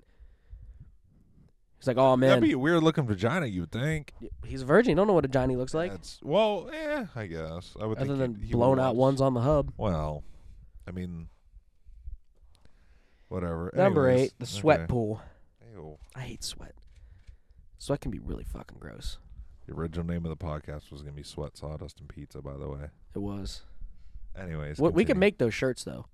S2: He's like, oh man,
S1: That'd be a weird looking vagina. You would think.
S2: he's a virgin. You don't know what a Johnny looks like,
S1: That's, well, eh, I guess I would
S2: other
S1: think
S2: than
S1: he'd- he would
S2: blown out
S1: watch-
S2: ones on the hub.
S1: Well, I mean, whatever.
S2: Number
S1: Anyways,
S2: eight, the sweat
S1: okay.
S2: pool.
S1: Ew.
S2: I hate sweat. Sweat can be really fucking gross.
S1: The original name of the podcast was gonna be Sweat Sawdust and Pizza, by the way.
S2: It was.
S1: Anyways,
S2: What, we can
S1: continue.
S2: make those shirts though.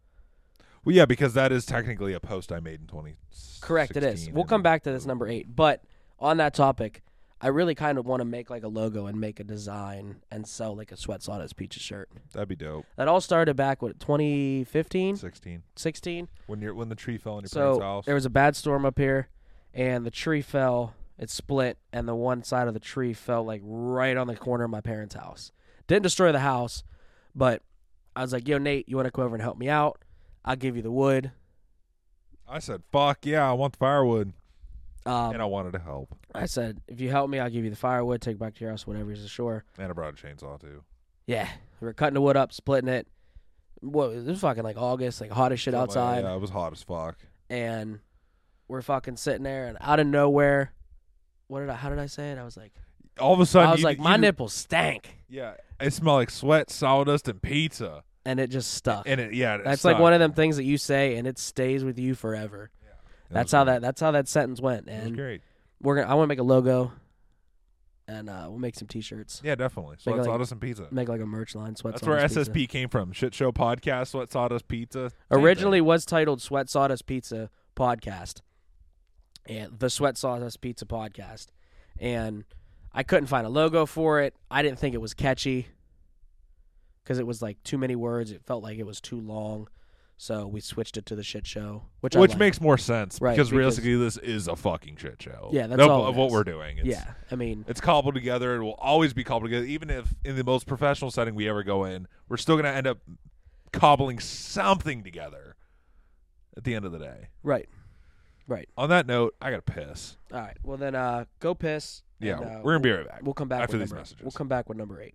S1: Well, yeah, because that is technically a post I made in 20.
S2: Correct, it is. We'll come back to this number eight. But on that topic, I really kind of want to make like a logo and make a design and sell like a sweat sawdust peaches shirt.
S1: That'd be dope.
S2: That all started back with 2015,
S1: 16.
S2: 16.
S1: When you're when the tree fell in your parents'
S2: So
S1: house.
S2: there was a bad storm up here, and the tree fell. It split, and the one side of the tree fell like right on the corner of my parents' house. Didn't destroy the house, but I was like, "Yo, Nate, you want to come over and help me out? I'll give you the wood."
S1: I said, "Fuck yeah, I want the firewood,"
S2: Um,
S1: and I wanted to help,
S2: I said, if you help me, I'll give you the firewood, take it back to your house, whatever is ashore.
S1: and I brought a chainsaw too.
S2: Yeah. We were cutting the wood up, splitting it. What it was fucking like August, like hot as shit
S1: Something like that.
S2: outside.
S1: yeah, it was hot as fuck.
S2: And we're fucking sitting there and out of nowhere what did I how did I say it? I was like
S1: All of a sudden,
S2: I was
S1: you-
S2: like, My
S1: you-
S2: nipples stank
S1: Yeah, it smelled like sweat, sawdust, and pizza.
S2: and it just stuck.
S1: And it, yeah, it
S2: that's
S1: sucked.
S2: like one of them things that you say and it stays with you forever.
S1: It was
S2: That's how
S1: great.
S2: that that's how that sentence went.
S1: It was
S2: And
S1: great.
S2: we're gonna I wanna make a logo and uh we'll make some T shirts.
S1: Yeah, definitely. Sweat,
S2: like-
S1: sawdust, and pizza.
S2: Make like a merch line, sweat
S1: That's
S2: Sauce
S1: where
S2: Pizza.
S1: SSP came from. Shit show podcast, sweat, sawdust, pizza. Same
S2: originally
S1: thing.
S2: was titled Sweat Sawdust Pizza Podcast, and the Sweat Sawdust Pizza Podcast, and I couldn't find a logo for it. I didn't think it was catchy because it was like too many words. It felt like it was too long, so we switched it to the shit show, which I
S1: which
S2: like.
S1: makes more sense
S2: Right,
S1: because,
S2: because-
S1: realistically, this is a fucking shit show.
S2: Yeah, that's
S1: Nope,
S2: all it
S1: of what
S2: is.
S1: we're doing. It's,
S2: yeah. I mean,
S1: it's cobbled together. It will always be cobbled together, even if in the most professional setting we ever go in, we're still going to end up cobbling something together at the end of the day.
S2: right.
S1: On that note, I got to piss.
S2: All right. Well, then uh, go piss.
S1: Yeah,
S2: and, uh,
S1: we're gonna be right back.
S2: We'll come back
S1: after
S2: with
S1: these
S2: number-
S1: messages.
S2: We'll come back with number eight.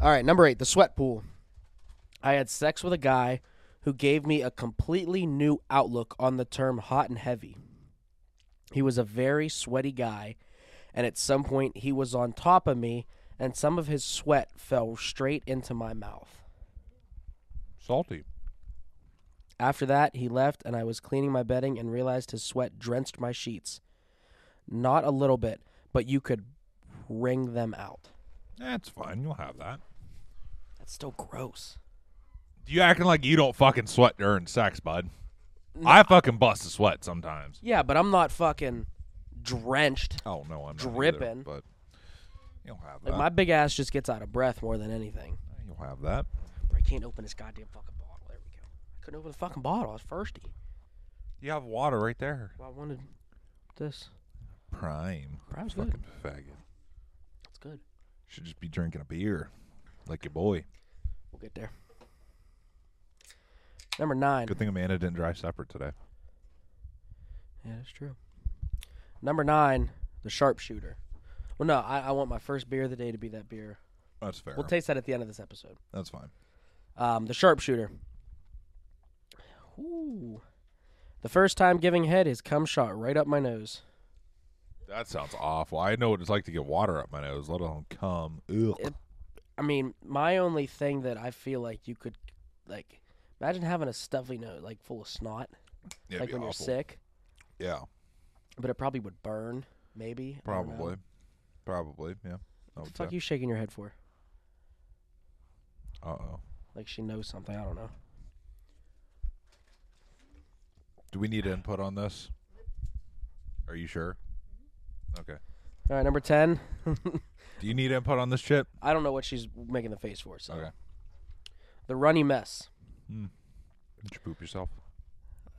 S2: All right, number eight, the sweat pool. I had sex with a guy who gave me a completely new outlook on the term hot and heavy. He was a very sweaty guy, and at some point he was on top of me, and some of his sweat fell straight into my mouth.
S1: Salty.
S2: After that, he left, and I was cleaning my bedding and realized his sweat drenched my sheets. Not a little bit, but you could wring them out.
S1: That's fine. You'll have that.
S2: That's still gross.
S1: You acting like you don't fucking sweat during sex, bud. I fucking bust a sweat sometimes.
S2: Yeah, but I'm not fucking drenched.
S1: Oh no, I'm not either,
S2: Dripping.
S1: but you'll have that.
S2: Like my big ass just gets out of breath more than anything.
S1: You'll have that.
S2: But I can't open this goddamn fucking bottle. There we go. I couldn't open the fucking bottle. I was thirsty.
S1: You have water right there.
S2: Well, I wanted this.
S1: Prime.
S2: Prime's good.
S1: Fucking faggot.
S2: It's good.
S1: Should just be drinking a beer, like your boy.
S2: We'll get there. Number nine.
S1: Good thing Amanda didn't drive separate today.
S2: Yeah, that's true. Number nine, the sharpshooter. Well, no, I, I want my first beer of the day to be that beer.
S1: That's fair.
S2: We'll taste that at the end of this episode.
S1: That's fine.
S2: Um, the sharpshooter. Ooh. The first time giving head is cum shot right up my nose.
S1: That sounds awful. I know what it's like to get water up my nose, let alone cum. Ugh.
S2: It- I mean, my only thing that I feel like you could, like, imagine having a stuffy nose, like full of snot,
S1: It'd
S2: like
S1: be
S2: when you're
S1: awful.
S2: sick,
S1: Yeah,
S2: but it probably would burn, maybe. I don't know.
S1: probably, probably. Yeah. Oh, I
S2: What the
S1: would
S2: fuck
S1: say.
S2: you shaking your head for?
S1: Uh oh.
S2: Like she knows something. I don't know. Mm-hmm.
S1: Do we need input on this? Are you sure? Okay.
S2: All right, number ten.
S1: Do you need input on this shit?
S2: I don't know what she's making the face for. So
S1: Okay.
S2: the runny mess.
S1: Did you poop yourself?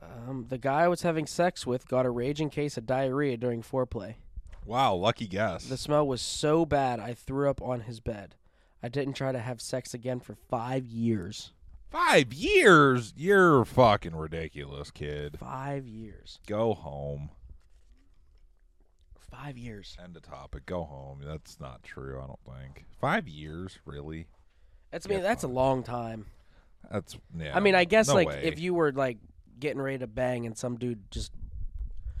S2: Um, the guy I was having sex with got a raging case of diarrhea during foreplay.
S1: Wow, lucky guess.
S2: The smell was so bad I threw up on his bed. I didn't try to have sex again for five years.
S1: Five years? You're fucking ridiculous, kid.
S2: Five years.
S1: Go home.
S2: Five years.
S1: End of topic. Go home. That's not true, I don't think. Five years? Really?
S2: That's I mean
S1: Yeah,
S2: that's a long time.
S1: That's, yeah.
S2: I mean I guess
S1: no
S2: like
S1: way.
S2: if you were like getting ready to bang and some dude just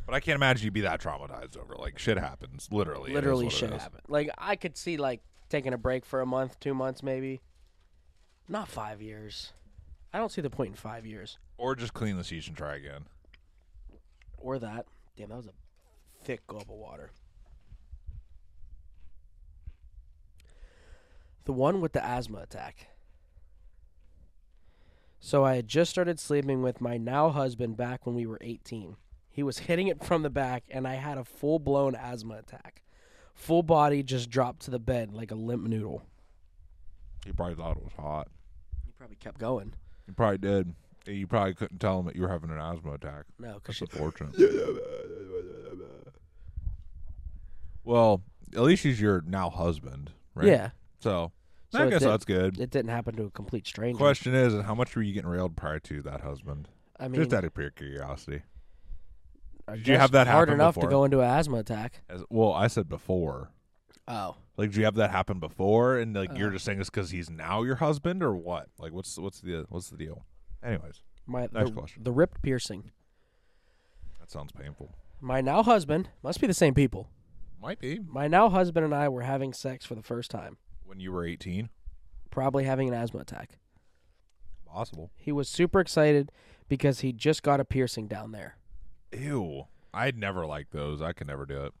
S1: But I can't imagine you'd be that traumatized over. Like, shit happens. Literally. it is
S2: literally
S1: what it
S2: shit
S1: is.
S2: happened. Like I could see like taking a break for a month, two months maybe. Not five years. I don't see the point in five years
S1: Or just clean the seats and try again.
S2: or that. Damn, that was a thick gulp of water. The one with the asthma attack. So I had just started sleeping with my now husband back when we were 18. He was hitting it from the back, and I had a full blown asthma attack. Full body just dropped to the bed like a limp noodle.
S1: You probably thought it was hot.
S2: You probably kept going.
S1: You probably did. You probably couldn't tell them that you were having an asthma attack.
S2: No, because
S1: That's
S2: she.
S1: unfortunate. well, at least she's your now husband, right?
S2: Yeah.
S1: So,
S2: So
S1: I
S2: it
S1: guess
S2: did-
S1: that's good.
S2: It didn't happen to a complete stranger.
S1: Question is, how much were you getting railed prior to that husband?
S2: I mean,
S1: Just out of pure curiosity.
S2: I
S1: did you have that
S2: guess hard
S1: happen
S2: enough
S1: before?
S2: to go into an asthma attack?
S1: As, well, I said before.
S2: Oh,
S1: Like, do you have that happen before? And like,
S2: Uh.
S1: you're just saying this because he's now your husband, or what? Like, what's what's the what's the deal? Anyways,
S2: my
S1: Next
S2: the,
S1: question.
S2: the ripped piercing.
S1: that sounds painful.
S2: My now husband must be the same people.
S1: Might be
S2: My now husband and I were having sex for the first time,
S1: when you were 18.
S2: probably having an asthma attack.
S1: Possible.
S2: He was super excited because he just got a piercing down there.
S1: Ew. I'd never like those. I could never do it.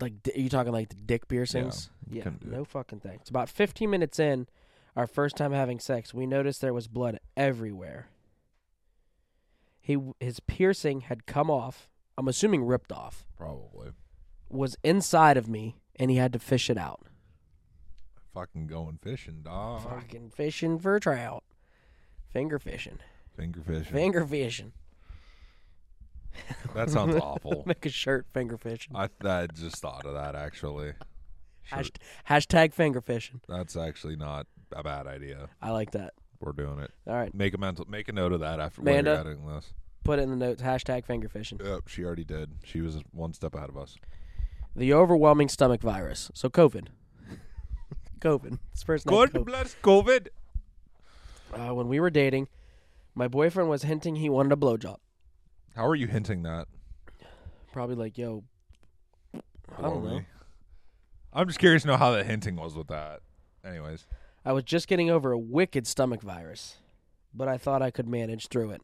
S2: Like, d- are you talking like the dick piercings?
S1: you
S2: Yeah,
S1: couldn't do it.
S2: no fucking thing. It's about 15 minutes in, our first time having sex, we noticed there was blood everywhere. He his piercing had come off. I'm assuming ripped off.
S1: Probably.
S2: Was inside of me, and he had to fish it out.
S1: Fucking going fishing, dog.
S2: Fucking fishing for trout, finger fishing.
S1: Finger fishing.
S2: Finger fishing.
S1: that sounds awful.
S2: Make a shirt finger fishing.
S1: I, I just thought of that actually.
S2: Hasht- hashtag finger fishing.
S1: That's actually not a bad idea.
S2: I like that.
S1: We're doing it.
S2: All right.
S1: Make a mental make a note of that after
S2: Amanda?
S1: we're editing this.
S2: Put it in the notes. Hashtag finger fishing.
S1: Yep, she already did. She was one step ahead of us.
S2: The overwhelming stomach virus. So COVID. COVID. It's first name. COVID.
S1: bless COVID.
S2: Uh, when we were dating, my boyfriend was hinting he wanted a blowjob.
S1: How are you hinting that?
S2: Probably like, yo, I don't know.
S1: I'm just curious to know how the hinting was with that. Anyways,
S2: I was just getting over a wicked stomach virus, but I thought I could manage through it.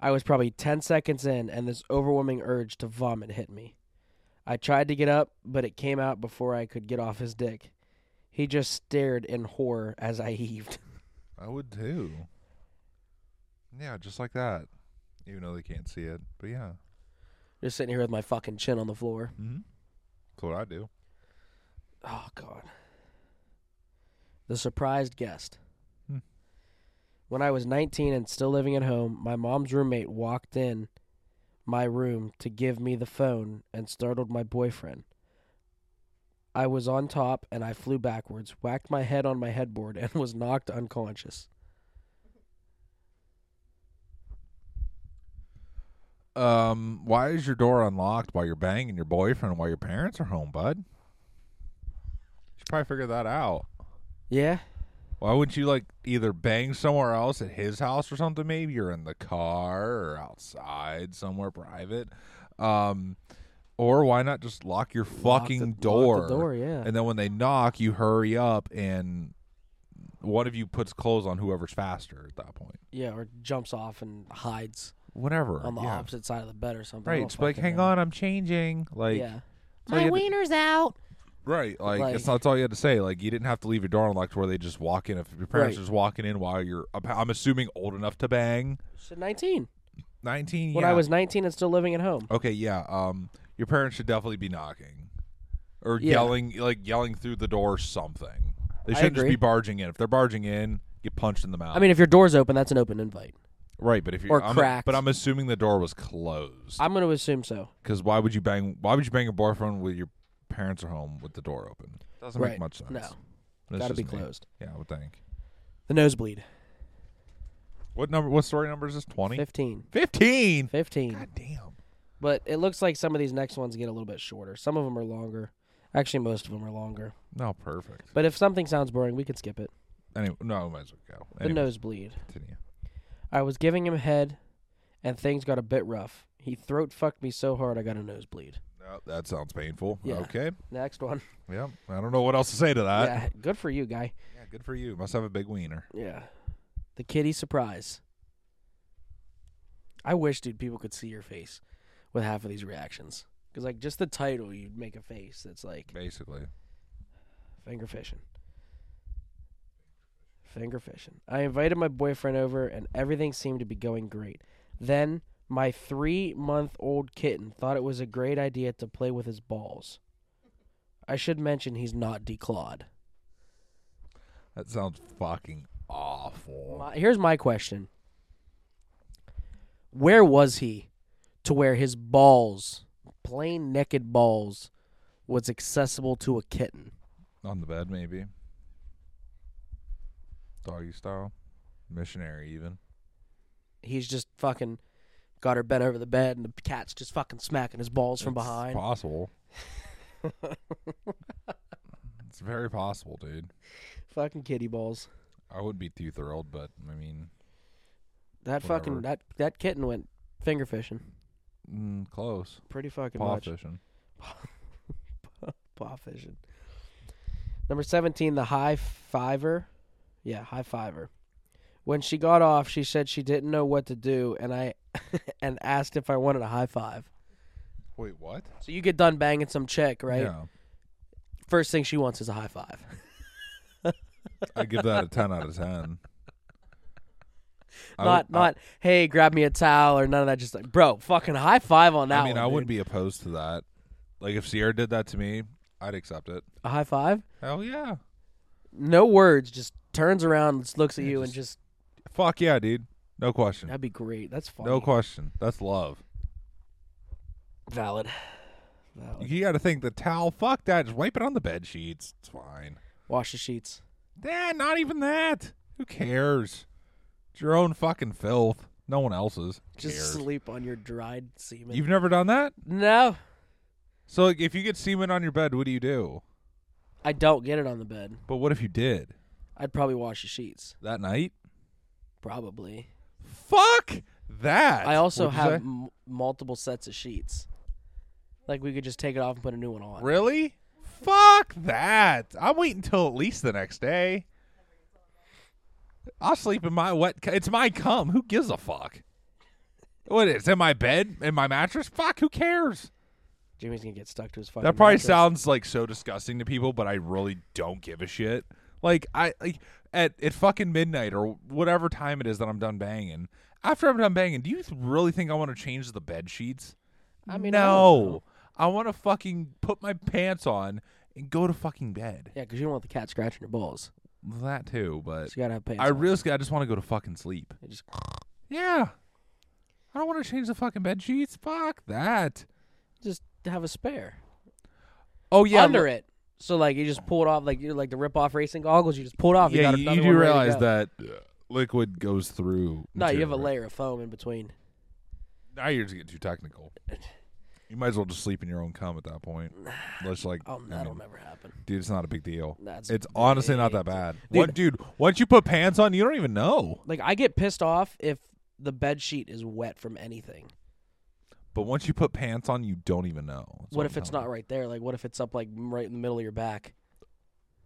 S2: I was probably 10 seconds in, and this overwhelming urge to vomit hit me. I tried to get up, but it came out before I could get off his dick. He just stared in horror as I heaved.
S1: I would too. Yeah, just like that. Even though they can't see it, but yeah,
S2: Just sitting here with my fucking chin on the floor.
S1: that's what I do.
S2: Oh God. The surprised guest.
S1: Hmm.
S2: When I was 19 and still living at home, my mom's roommate walked in my room to give me the phone and startled my boyfriend. I was on top and I flew backwards, whacked my head on my headboard, and was knocked unconscious.
S1: Um, why is your door unlocked while you're banging your boyfriend while your parents are home, bud? You should probably figure that out.
S2: Yeah,
S1: Why wouldn't you like either bang somewhere else at his house or something? Maybe you're in the car or outside somewhere private. Um, or why not just lock your fucking
S2: lock the
S1: door?
S2: door, yeah.
S1: And then when they knock, you hurry up and one of you puts clothes on whoever's faster at that point.
S2: yeah, or jumps off and hides
S1: Whatever.
S2: on the
S1: yeah.
S2: opposite side of the bed or something. I
S1: Right.
S2: don't
S1: Just be like,
S2: fucking
S1: hang
S2: know.
S1: on, I'm changing. Like,
S2: yeah,
S1: that's all you had to-
S3: out.
S1: Right, like,
S2: Like-
S1: it's not that's all you had to say. Like you didn't have to leave your door unlocked where they just walk in. If your parents
S2: Right.
S1: are just walking in while you're, I'm assuming old enough to bang,
S2: so 19
S1: nineteen.
S2: when
S1: yeah.
S2: I was 19 and still living at home.
S1: okay, yeah. Um, your parents should definitely be knocking. or
S2: Yeah.
S1: yelling like yelling through the door or something. They
S2: I
S1: shouldn't just
S2: agree.
S1: be barging in. If they're barging in, get punched in the mouth.
S2: I mean, if your door's open, that's an open invite.
S1: right? But if you
S2: or
S1: I'm,
S2: cracked.
S1: but I'm assuming the door was closed
S2: I'm going to assume so.
S1: because why would you bang? Why would you bang your boyfriend when your parents are home with the door open? Doesn't
S2: Right.
S1: make much sense.
S2: No.
S1: That's
S2: Got to
S1: just
S2: be
S1: me.
S2: closed.
S1: Yeah, I would think.
S2: The nosebleed.
S1: What number? What story number is this? Twenty.
S2: 15.
S1: Fifteen.
S2: 15.
S1: God damn.
S2: But it looks like some of these next ones get a little bit shorter. Some of them are longer. Actually, most of them are longer.
S1: No, perfect.
S2: But if something sounds boring, we could skip it.
S1: Anyway, no, might as well go.
S2: The
S1: Anyway,
S2: nosebleed.
S1: continue.
S2: I was giving him head, and things got a bit rough. He throat fucked me so hard I got a nosebleed.
S1: No, that sounds painful.
S2: Yeah.
S1: Okay.
S2: Next one.
S1: Yeah. I don't know what else to say to that.
S2: yeah, good for you, guy.
S1: yeah good for you. Must have a big wiener.
S2: Yeah. The kitty surprise. I wish, dude, people could see your face with half of these reactions. Because, like, just the title, you'd make a face that's like
S1: Basically.
S2: finger fishing. Finger fishing. I invited my boyfriend over, and everything seemed to be going great. Then, my three month old kitten thought it was a great idea to play with his balls. I should mention he's not declawed.
S1: That sounds fucking awful.
S2: My, here's my question. Where was he to where his balls, plain naked balls, was accessible to a kitten?
S1: On the bed, maybe. Doggy style. Missionary, even.
S2: He's just fucking got her bent over the bed and the cat's just fucking smacking his balls from
S1: It's
S2: behind.
S1: possible. it's very possible, dude.
S2: fucking kitty balls.
S1: I wouldn't be too thrilled, but I mean,
S2: That fucking
S1: Whatever.
S2: that that kitten went finger fishing.
S1: mm, close.
S2: Pretty fucking
S1: Paw
S2: much.
S1: fishing.
S2: Paw fishing. Number 17, the high fiver. Yeah, high fiver. When she got off, she said she didn't know what to do and I and asked if I wanted a high five.
S1: Wait, what?
S2: So you get done banging some chick, right?
S1: Yeah.
S2: First thing she wants is a high five.
S1: I give that a 10 out of 10. I
S2: not
S1: would- I-
S2: not hey, grab me a towel or none of that just like, bro, fucking high five on that
S1: I mean,
S2: one,
S1: I wouldn't
S2: dude.
S1: be opposed to that. Like if Sierra did that to me, I'd accept it.
S2: a high five?
S1: Hell yeah.
S2: No words, just turns around, looks at
S1: Yeah,
S2: you
S1: just-
S2: and just
S1: Fuck yeah, dude. No question.
S2: that'd be great. That's funny.
S1: No question. That's love.
S2: Valid. Valid.
S1: You got to think the towel. Fuck that. Just wipe it on the bed sheets. It's fine.
S2: Wash the sheets.
S1: Nah, not even that. Who cares? It's your own fucking filth. No one else's. Who
S2: Just
S1: cares?
S2: sleep on your dried semen.
S1: You've never done that.
S2: no,
S1: So like, if you get semen on your bed, what do you do?
S2: I don't get it on the bed.
S1: But what if you did
S2: I'd probably wash the sheets.
S1: that night?
S2: Probably.
S1: Fuck that.
S2: I also
S1: What'd you
S2: have
S1: say?
S2: m- multiple sets of sheets. Like we could just take it off and put a new one on.
S1: Really? Fuck that. I'm waiting until at least the next day. I'll sleep in my wet. Cu- it's my cum. Who gives a fuck? What is in my bed in my mattress? Fuck. Who cares?
S2: Jimmy's gonna get stuck to his fucking.
S1: That probably
S2: mattress.
S1: sounds like so disgusting to people, but I really don't give a shit. Like I like at at fucking midnight or whatever time it is that I'm done banging. After I'm done banging, do you really think I want to change the bed sheets?
S2: I mean, I don't
S1: no.
S2: know.
S1: I, want to fucking put my pants on and go to fucking bed.
S2: Yeah, because you don't want the cat scratching your balls.
S1: That too,
S2: So
S1: but
S2: you gotta have pants.
S1: I
S2: on.
S1: really I just want to go to fucking sleep.
S2: It just
S1: Yeah. I don't want to change the fucking bed sheets. Fuck that.
S2: just have a spare
S1: Oh yeah,
S2: under it. So like you just pull it off like you like the rip off racing goggles. You just pull it off.
S1: yeah,
S2: you, got
S1: you,
S2: another
S1: do
S2: one ready to
S1: realize
S2: go.
S1: that uh, liquid goes through.
S2: No, you
S1: material,
S2: have a
S1: right?
S2: layer of foam in between.
S1: Now you're just getting too technical. You might as well just sleep in your own cum at that point. Let's like,
S2: Oh,
S1: I
S2: that'll
S1: mean,
S2: never happen.
S1: dude, it's not a big deal.
S2: That's
S1: it's honestly not that
S2: big.
S1: bad.
S2: Dude-
S1: What, dude? Once you put pants on, you don't even know.
S2: Like I get pissed off if the bed sheet is wet from anything.
S1: But once you put pants on, you don't even know. That's
S2: what
S1: I'm
S2: if it's
S1: telling
S2: not right there? Like what if it's up like right in the middle of your back?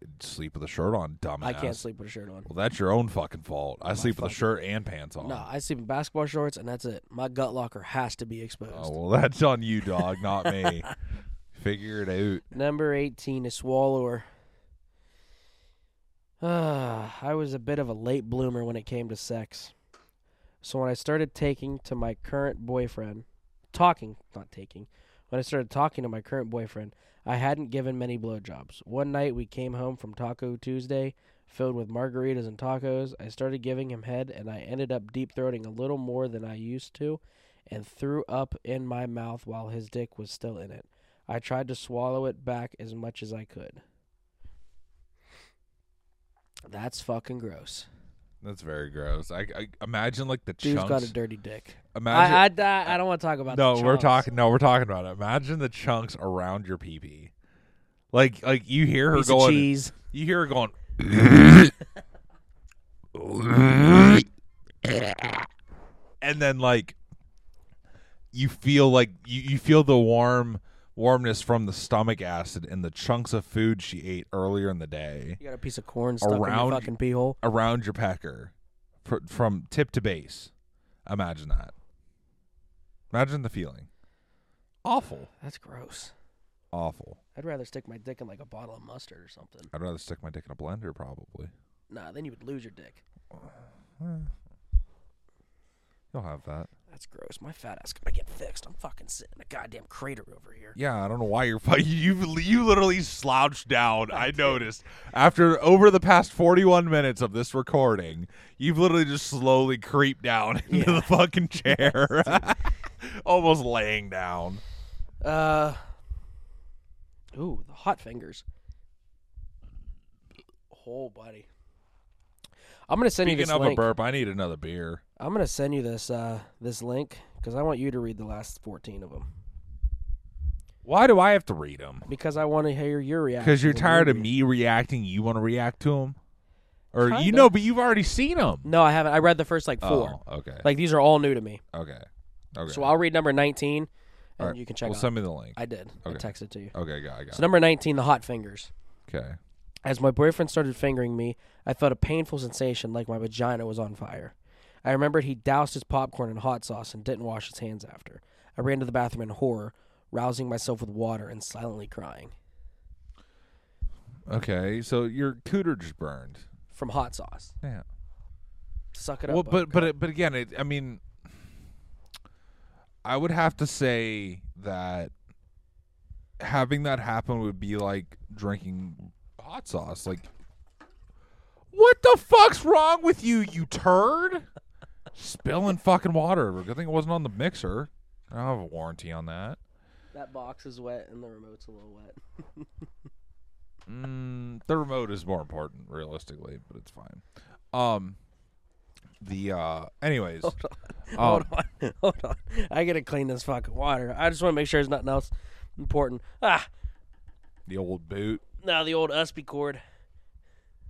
S1: you. Sleep with a shirt on, dumbass.
S2: I can't sleep with a shirt on.
S1: Well, that's your own fucking fault. I sleep with a
S2: fucking-
S1: shirt and pants on.
S2: No, I sleep in basketball shorts and that's it. My gut locker has to be exposed.
S1: Oh well, that's on you, dog, not me. Figure it out.
S2: Number 18 is swallower. Ah, I was a bit of a late bloomer when it came to sex. So when I started taking to my current boyfriend, talking, not taking, when I started talking to my current boyfriend. I hadn't given many blowjobs. One night we came home from Taco Tuesday, filled with margaritas and tacos. I started giving him head, and I ended up deep throating a little more than I used to, and threw up in my mouth while his dick was still in it. I tried to swallow it back as much as I could. That's fucking gross.
S1: That's very gross. I, I imagine like the
S2: Dude's
S1: chunks.
S2: got a dirty dick.
S1: imagine
S2: I, I, I, I don't want to talk about. the
S1: no, we're
S2: chunks.
S1: talking. No, we're talking about it. Imagine the chunks around your pee pee. Like, like you hear her
S2: Piece of
S1: going.
S2: cheese.
S1: You hear her going. and then like you feel like you, you feel the warm warmness from the stomach acid and the chunks of food she ate earlier in the day
S2: You got a piece of corn stuck in
S1: Around-
S2: your fucking pee hole.
S1: around your pecker fr- from tip to base. Imagine that. Imagine the feeling. Awful.
S2: That's gross.
S1: Awful.
S2: I'd rather stick my dick in like a bottle of mustard or something.
S1: I'd rather stick my dick in a blender probably.
S2: Nah, then you would lose your dick.
S1: You'll have that.
S2: That's gross. My fat ass gotta get fixed. I'm fucking sitting in a goddamn crater over here.
S1: Yeah, I don't know why you're fi- you you literally slouched down. I noticed after over the past 41 minutes of this recording, you've literally just slowly creeped down into
S2: Yeah.
S1: the fucking chair, almost laying down.
S2: Uh. Ooh, the hot fingers. Oh, buddy. I'm gonna send you
S1: Speaking
S2: this
S1: of
S2: link.
S1: a burp, I need another beer.
S2: I'm gonna send you this uh this link because I want you to read the last 14 of them
S1: Why do I have to read them?
S2: because I want to hear your reaction.
S1: Because you're
S2: to the
S1: tired of
S2: movie.
S1: me reacting. You want to react to them, or you
S2: Kinda.
S1: know, but you've already seen them.
S2: No, I haven't. I read the first like four.
S1: Oh, okay.
S2: Like these are all new to me.
S1: okay. Okay.
S2: So I'll read number 19, and
S1: All right.
S2: you can check.
S1: Well,
S2: out.
S1: send me the link.
S2: I did. I
S1: Okay.
S2: texted it to you.
S1: okay, got, it, got.
S2: So number 19, the hot fingers.
S1: it. Okay.
S2: As my boyfriend started fingering me, I felt a painful sensation like my vagina was on fire. I remembered he doused his popcorn in hot sauce and didn't wash his hands after. I ran to the bathroom in horror, rousing myself with water and silently crying
S1: Okay. So your cooter just burned.
S2: from hot sauce.
S1: Yeah.
S2: Suck it up.
S1: Well, but
S2: Buck.
S1: but it, but again, it, I mean, I would have to say that having that happen would be like drinking hot sauce. Like, what the fuck's wrong with you, you turd? Spilling fucking water. Good thing it wasn't on the mixer. I don't have a warranty on that.
S2: that box is wet and the remote's a little wet.
S1: Mm, the remote is more important, realistically, but it's fine. Um, the uh, anyways,
S2: Hold
S1: Oh.
S2: on, hold on. I gotta clean this fucking water. I just want to make sure there's nothing else important. Ah,
S1: the old boot.
S2: now the old USB cord.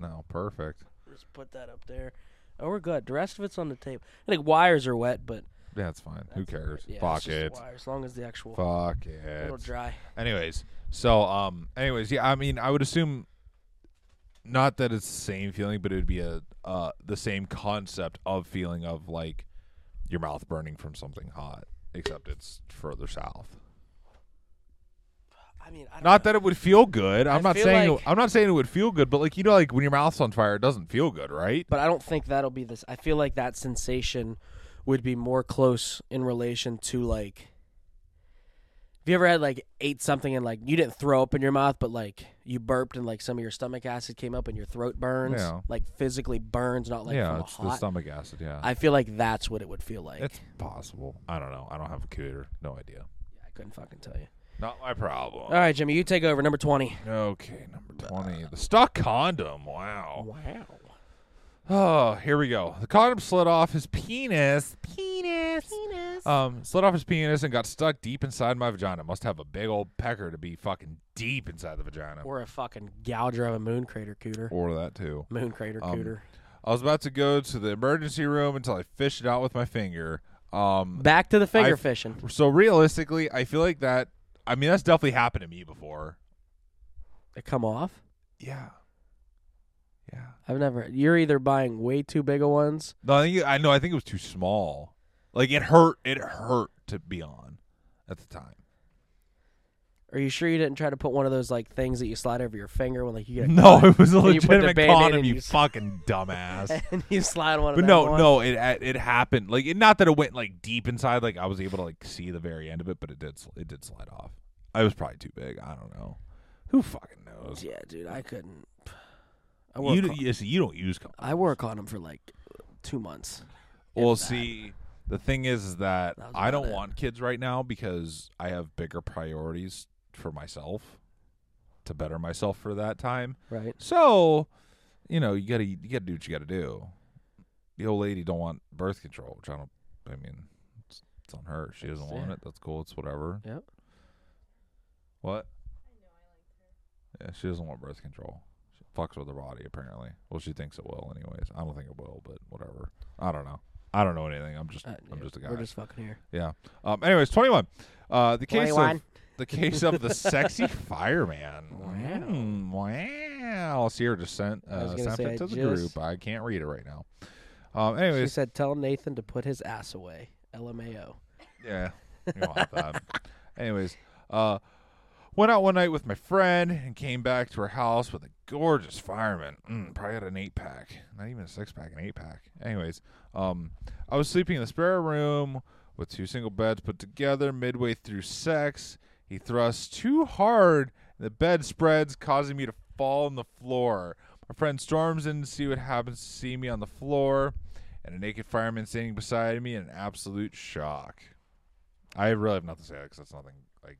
S1: No, perfect.
S2: Just put that up there. Oh, we're good. The rest of it's on the tape. I think wires are wet, but
S1: Yeah, it's fine. Who cares?
S2: yeah, it's
S1: Fuck
S2: just
S1: it.
S2: wire, as long as the actual
S1: Fuck
S2: little
S1: it.
S2: dry.
S1: Anyways, so um, anyways, yeah. I mean, I would assume not that it's the same feeling, but it would be a uh the same concept of feeling of like your mouth burning from something hot, except it's further south.
S2: I mean, I don't
S1: Not
S2: know.
S1: that it would feel good. I'm
S2: I
S1: not
S2: feel
S1: saying
S2: like-
S1: it, I'm not saying it would feel good, but like you know, like when your mouth's on fire, it doesn't feel good, right?
S2: But I don't think that'll be this. I feel like that sensation would be more close in relation to like. Have you ever had like ate something and like you didn't throw up in your mouth, but like you burped and like some of your stomach acid came up and your throat burns,
S1: Yeah.
S2: like physically burns, not like
S1: yeah,
S2: from a
S1: it's the
S2: hot.
S1: stomach acid. Yeah,
S2: I feel like that's what it would feel like.
S1: it's possible. I don't know. I don't have a computer. No idea.
S2: I couldn't fucking tell you.
S1: Not my problem.
S2: All right, Jimmy, you take over. Number twenty.
S1: Okay, number 20. The stock condom. Wow.
S2: Wow.
S1: Oh, here we go. The condom slid off his penis. Penis. Penis. Um, slid off his penis and got stuck deep inside my vagina. Must have a big old pecker to be fucking deep inside the vagina.
S2: Or a fucking gouger of a moon crater cooter.
S1: Or that too.
S2: Moon crater
S1: Um,
S2: cooter.
S1: I was about to go to the emergency room until I fished it out with my finger. Um,
S2: Back to the finger
S1: I've-
S2: fishing.
S1: so realistically, I feel like that. I mean, that's definitely happened to me before.
S2: It come off.
S1: Yeah. Yeah.
S2: I've never. You're either buying way too big of ones.
S1: No, I think I know. I think it was too small. Like it hurt. It hurt to be on at the time.
S2: Are you sure you didn't try to put one of those like things that you slide over your finger when like you get a
S1: No,
S2: cut
S1: it was a
S2: And you put the
S1: legitimate
S2: Band-Aid
S1: condom,
S2: and
S1: you
S2: you s-
S1: fucking dumbass.
S2: and you slide one? of
S1: But
S2: them
S1: no,
S2: on?
S1: no, it it happened. Like it, not that it went like deep inside. Like I was able to like see the very end of it, but it did sl- it did slide off. I was probably too big. I don't know. Who fucking knows?
S2: Yeah, dude, I couldn't. I wore,
S1: You
S2: a
S1: don't,
S2: con-
S1: you, see, you don't use condoms.
S2: I wore a condom for like two months.
S1: Well,
S2: that.
S1: see, the thing is, is that
S2: That was
S1: I
S2: about
S1: don't
S2: it.
S1: want kids right now because I have bigger priorities for myself to better myself for that time.
S2: Right.
S1: So, you know, you gotta you gotta do what you gotta do. The old lady don't want birth control, which I don't. I mean, it's, it's on her. She doesn't
S2: That's
S1: want
S2: it.
S1: it. That's cool. It's whatever.
S2: Yep.
S1: What? Yeah, she doesn't want birth control. She fucks with her body apparently. Well, she thinks it will, anyways. I don't think it will, but whatever. I don't know. I don't know anything. I'm just
S2: Uh,
S1: I'm
S2: yeah,
S1: just a guy.
S2: We're just fucking here.
S1: Yeah. Um. Anyways, twenty one. Uh, the case
S2: 21.
S1: of the case of the sexy fireman.
S2: Wow.
S1: Mm, wow. Sierra just sent
S2: I was
S1: uh,
S2: gonna
S1: sent
S2: say,
S1: it
S2: I
S1: to the
S2: just-
S1: group. I can't read it right now. Um.
S2: She
S1: Anyways,
S2: said, "Tell Nathan to put his ass away." LMAO.
S1: yeah. You don't want that. Anyways, uh, went out one night with my friend and came back to her house with a gorgeous fireman. Mm, probably had an eight pack, not even a six pack, an eight pack. Anyways, um, I was sleeping in the spare room with two single beds put together. Midway through sex, he thrusts too hard, and the bed spreads, causing me to fall on the floor. My friend storms in to see what happens to see me on the floor, and a naked fireman standing beside me in an absolute shock. I really have nothing to say because that's nothing. Like,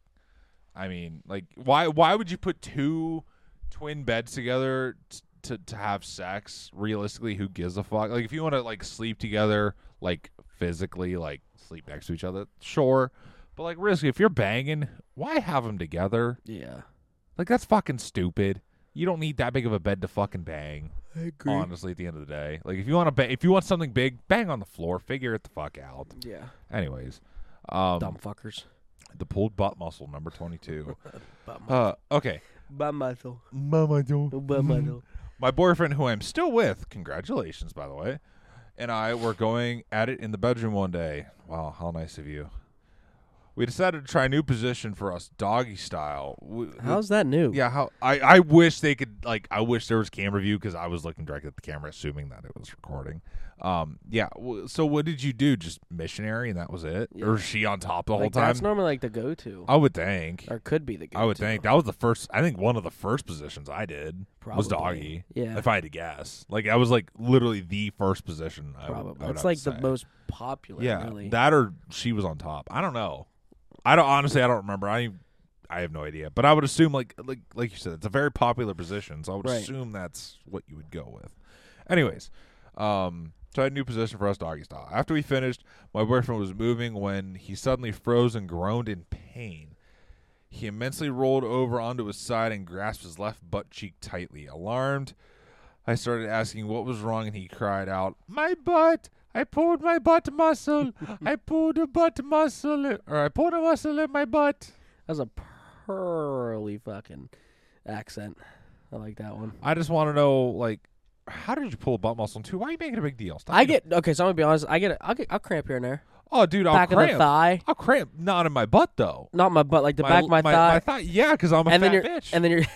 S1: I mean, like, why why would you put two twin beds together t- to to have sex? Realistically, who gives a fuck? Like, if you want to like sleep together, like physically, like sleep next to each other, sure. But like, realistically, if you're banging, why have them together?
S2: Yeah.
S1: Like, that's fucking stupid. You don't need that big of a bed to fucking bang.
S2: I agree.
S1: Honestly, at the end of the day, like if you want to, ba- if you want something big, bang on the floor. Figure it the fuck out.
S2: Yeah.
S1: Anyways, um,
S2: Dumb fuckers.
S1: the pulled butt muscle, number 22.
S2: Bum.
S1: uh, okay.
S2: Bum muscle.
S1: Mama do.
S2: Bum muscle.
S1: My boyfriend, who I'm still with, congratulations, by the way, and I were going at it in the bedroom one day. Wow, how nice of you. We decided to try a new position for us, doggy style. We- we-
S2: How's that new?
S1: yeah, how I, I wish they could like I wish there was camera view because I was looking directly at the camera, assuming that it was recording. Um, yeah. w- So what did you do? Just missionary, and that was it,
S2: Yeah.
S1: or is she on top the
S2: Like,
S1: whole time?
S2: That's normally like the go-to,
S1: I would think.
S2: or could be the go-to.
S1: I would think that was the first. I think one of the first positions I did was doggy.
S2: Yeah.
S1: If I had to guess, like I was like literally the first position. I would- I
S2: Probably.
S1: would have
S2: it's
S1: to
S2: like the
S1: say.
S2: most popular.
S1: Yeah,
S2: Really.
S1: that or she was on top. I don't know. I don't honestly. I don't remember. I I have no idea. But I would assume like like like you said, it's a very popular position. So I would
S2: Right.
S1: assume that's what you would go with. Anyways, um, so I had a new position for us doggy style. After we finished, my boyfriend was moving when he suddenly froze and groaned in pain. He immensely rolled over onto his side and grasped his left butt cheek tightly. Alarmed, I started asking what was wrong, and he cried out, "My butt! I pulled my butt muscle! I pulled a butt muscle, in- or I pulled a muscle in my butt."
S2: That's a pearly fucking accent. I like that one.
S1: I just want to know, like, how did you pull a butt muscle? And Two? Why are you making a big deal? Stop
S2: I
S1: it.
S2: get okay. So I'm gonna be honest. I get a, I'll get I'll cramp here and there.
S1: oh, dude, I'll
S2: back of
S1: cramp.
S2: the thigh,
S1: I'll cramp, not in my butt though.
S2: not my butt, like the back of my, thigh.
S1: my thigh. Yeah, because I'm a fat
S2: and then you're
S1: bitch.
S2: and then you're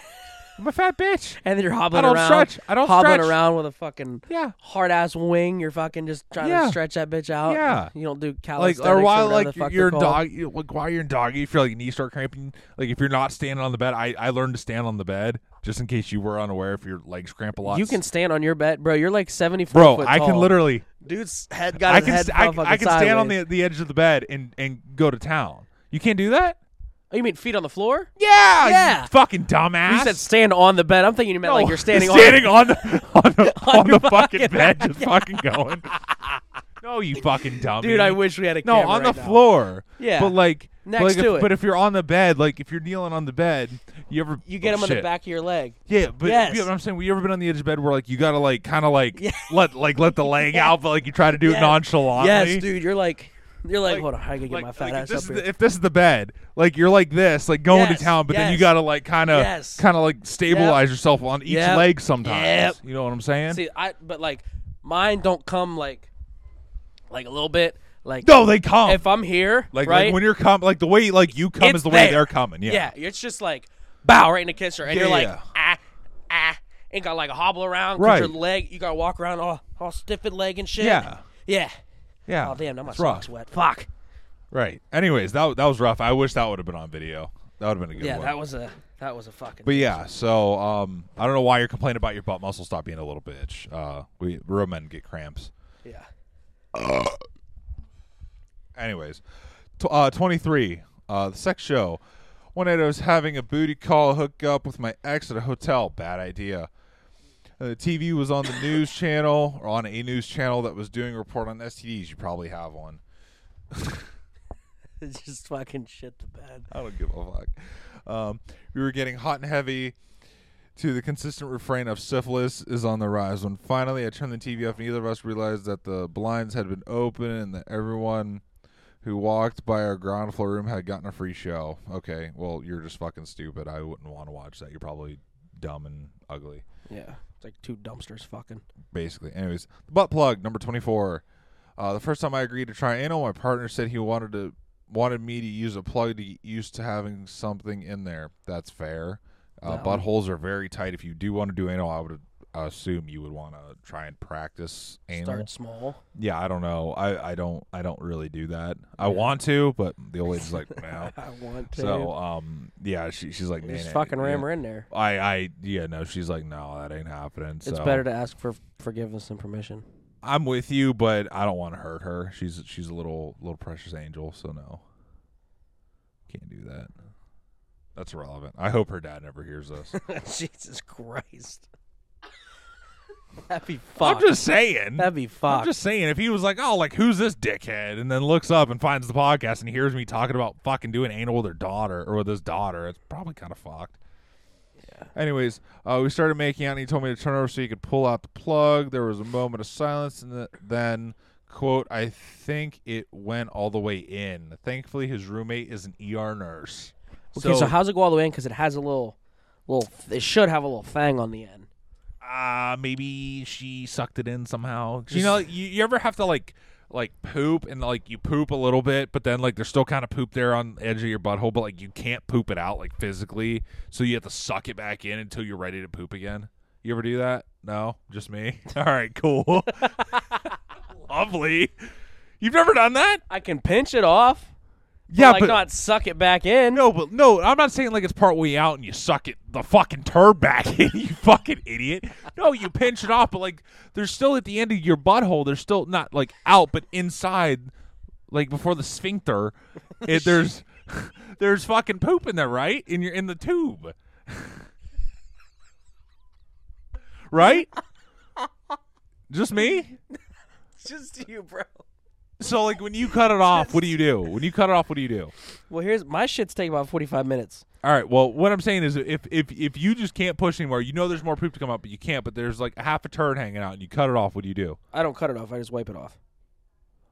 S1: I'm a fat bitch.
S2: and then you're hobbling
S1: I don't
S2: around,
S1: stretch. I don't
S2: hobbling
S1: stretch.
S2: around with a fucking
S1: Yeah.
S2: hard ass wing. You're fucking just trying
S1: Yeah.
S2: to stretch that bitch out.
S1: Yeah.
S2: you don't do
S1: like
S2: calisthenics
S1: or while
S2: whatever
S1: like
S2: the fuck
S1: you're
S2: they're called.
S1: dog you- like while you're in doggy, if you're like knees start cramping, like if you're not standing on the bed, I I learned to stand on the bed just in case you were unaware if your legs cramp a lot.
S2: You can stand on your bed, bro. You're like 74
S1: bro,
S2: foot
S1: I can
S2: tall.
S1: literally
S2: Dude's head got
S1: I
S2: his
S1: can
S2: head
S1: st- I,
S2: fucking
S1: I can stand on
S2: sideways.
S1: the the edge of the bed and and go to town. You can't do that?
S2: Oh, you mean feet on the floor?
S1: Yeah, you
S2: Yeah.
S1: fucking dumbass.
S2: You said stand on the bed. I'm thinking you meant like
S1: No,
S2: you're standing, on.
S1: on the on the, on
S2: your
S1: the fucking
S2: fucking-
S1: bed, just fucking going. No, you fucking dummy,
S2: Dude, I wish we had a
S1: No,
S2: camera
S1: on
S2: right
S1: the
S2: now.
S1: floor.
S2: Yeah.
S1: but like,
S2: Next
S1: like if-
S2: to it.
S1: But if you're on the bed, like if you're kneeling on the bed, you ever
S2: You
S1: oh,
S2: get him on the
S1: shit.
S2: back of your leg.
S1: Yeah, but
S2: Yes.
S1: you know what I'm saying, we ever been on the edge of bed where like you gotta like kind of like let like let the leg out, but like you try to do it
S2: Yes.
S1: nonchalantly.
S2: Yes, dude. You're like, you're like, hold on, I gotta get
S1: Like-
S2: my fat
S1: like, if
S2: ass
S1: this
S2: up
S1: is
S2: here.
S1: the- if this is the bed, like you're like this, like going
S2: Yes,
S1: to town, but then you
S2: yes.
S1: gotta like kind of,
S2: Yes.
S1: kind of like stabilize yourself on each
S2: Yep.
S1: leg sometimes.
S2: Yep.
S1: You know what I'm saying?
S2: See, I but like mine don't come like like a little bit. Like
S1: No, they come.
S2: if I'm here,
S1: like,
S2: right?
S1: like when you're com like the way like you come
S2: It's
S1: is the way
S2: there.
S1: they're coming. Yeah.
S2: yeah. it's just like bow right in the kisser, and you're like
S1: Yeah.
S2: ah ah, and got like a hobble around, 'cause
S1: Right.
S2: Your leg, you gotta walk around all all stiffened leg and shit.
S1: Yeah.
S2: yeah.
S1: Yeah.
S2: Oh damn, now my
S1: It's rough.
S2: socks wet. Fuck.
S1: Right. Anyways, that that was rough. I wish that would have been on video. That would have been a good
S2: Yeah,
S1: one.
S2: that was a that was a fucking.
S1: But yeah, so um, I don't know why you're complaining about your butt muscle. Stop being a little bitch. Uh, we real men get cramps.
S2: yeah.
S1: Anyways, t- uh, 23, uh, the sex show. One night I was having a booty call hookup with my ex at a hotel. Bad idea. Uh, the TV was on the news channel or on a news channel that was doing a report on STDs. You probably have one.
S2: just fucking shit the bed.
S1: I don't give a fuck. Um, we were getting hot and heavy to the consistent refrain of syphilis is on the rise. When finally I turned the TV off, and either of us realized that the blinds had been open and that everyone who walked by our ground floor room had gotten a free show. Okay, well, you're just fucking stupid. I wouldn't want to watch that. You're probably dumb and ugly
S2: Yeah, it's like two dumpsters fucking.
S1: basically. Anyways, the butt plug number twenty four. Uh, the first time I agreed to try anal, my partner said he wanted to wanted me to use a plug to get used to having something in there. That's fair. Uh,
S2: Wow.
S1: Buttholes are very tight. If you do want to do anal, I would I assume you would want to try and practice anal.
S2: Start small.
S1: Yeah, I don't know. I, I don't I don't really do that. I want to, but the old lady's like, no.
S2: I want to.
S1: So um, yeah, she, she's like,
S2: You just
S1: "Nah, nah,
S2: fucking
S1: yeah."
S2: ram her in there.
S1: I I yeah no, she's like, no, that ain't happening.
S2: It's
S1: so.
S2: better to ask for forgiveness and permission.
S1: I'm with you, but I don't want to hurt her. She's she's a little little precious angel, so no. Can't do that. That's irrelevant. I hope her dad never hears this.
S2: Jesus Christ. That'd be
S1: I'm
S2: fucked.
S1: just saying.
S2: That'd be
S1: I'm
S2: fucked.
S1: just saying. If he was like, "Oh, like who's this dickhead?" and then looks up and finds the podcast and hears me talking about fucking doing anal with her daughter or with his daughter, it's probably kind of fucked. Anyways, uh, we started making out, and he told me to turn over so he could pull out the plug. There was a moment of silence, and th- then, quote, I think it went all the way in. Thankfully, his roommate is an ER nurse.
S2: okay, so, how's it go all the way in? Because it has a little, little. It should have a little fang on the end.
S1: uh, maybe she sucked it in somehow. You know, you, you ever have to like like poop and like you poop a little bit, but then like there's still kind of poop there on the edge of your butthole, but like you can't poop it out like physically, so you have to suck it back in until you're ready to poop again. You ever do that? No, just me. All right, cool. Lovely. You've never done that?
S2: I can pinch it off.
S1: Yeah,
S2: like
S1: but
S2: not suck it back in.
S1: no, but no, I'm not saying like it's part way out and you suck it the fucking turd back in, you fucking idiot. No, you pinch it off, but like there's still at the end of your butthole, there's still not like out, but inside, like before the sphincter, it, there's there's fucking poop in there, right? And you're in the tube, right? Just me.
S2: just you, bro.
S1: So like when you cut it off, what do you do? When you cut it off, what do you do?
S2: Well, here's my shit's taking about forty-five minutes.
S1: All right. Well, what I'm saying is, if if if you just can't push anymore, you know there's more poop to come out, but you can't. But there's like a half a turd hanging out, and you cut it off. What do you do?
S2: I don't cut it off. I just wipe it off.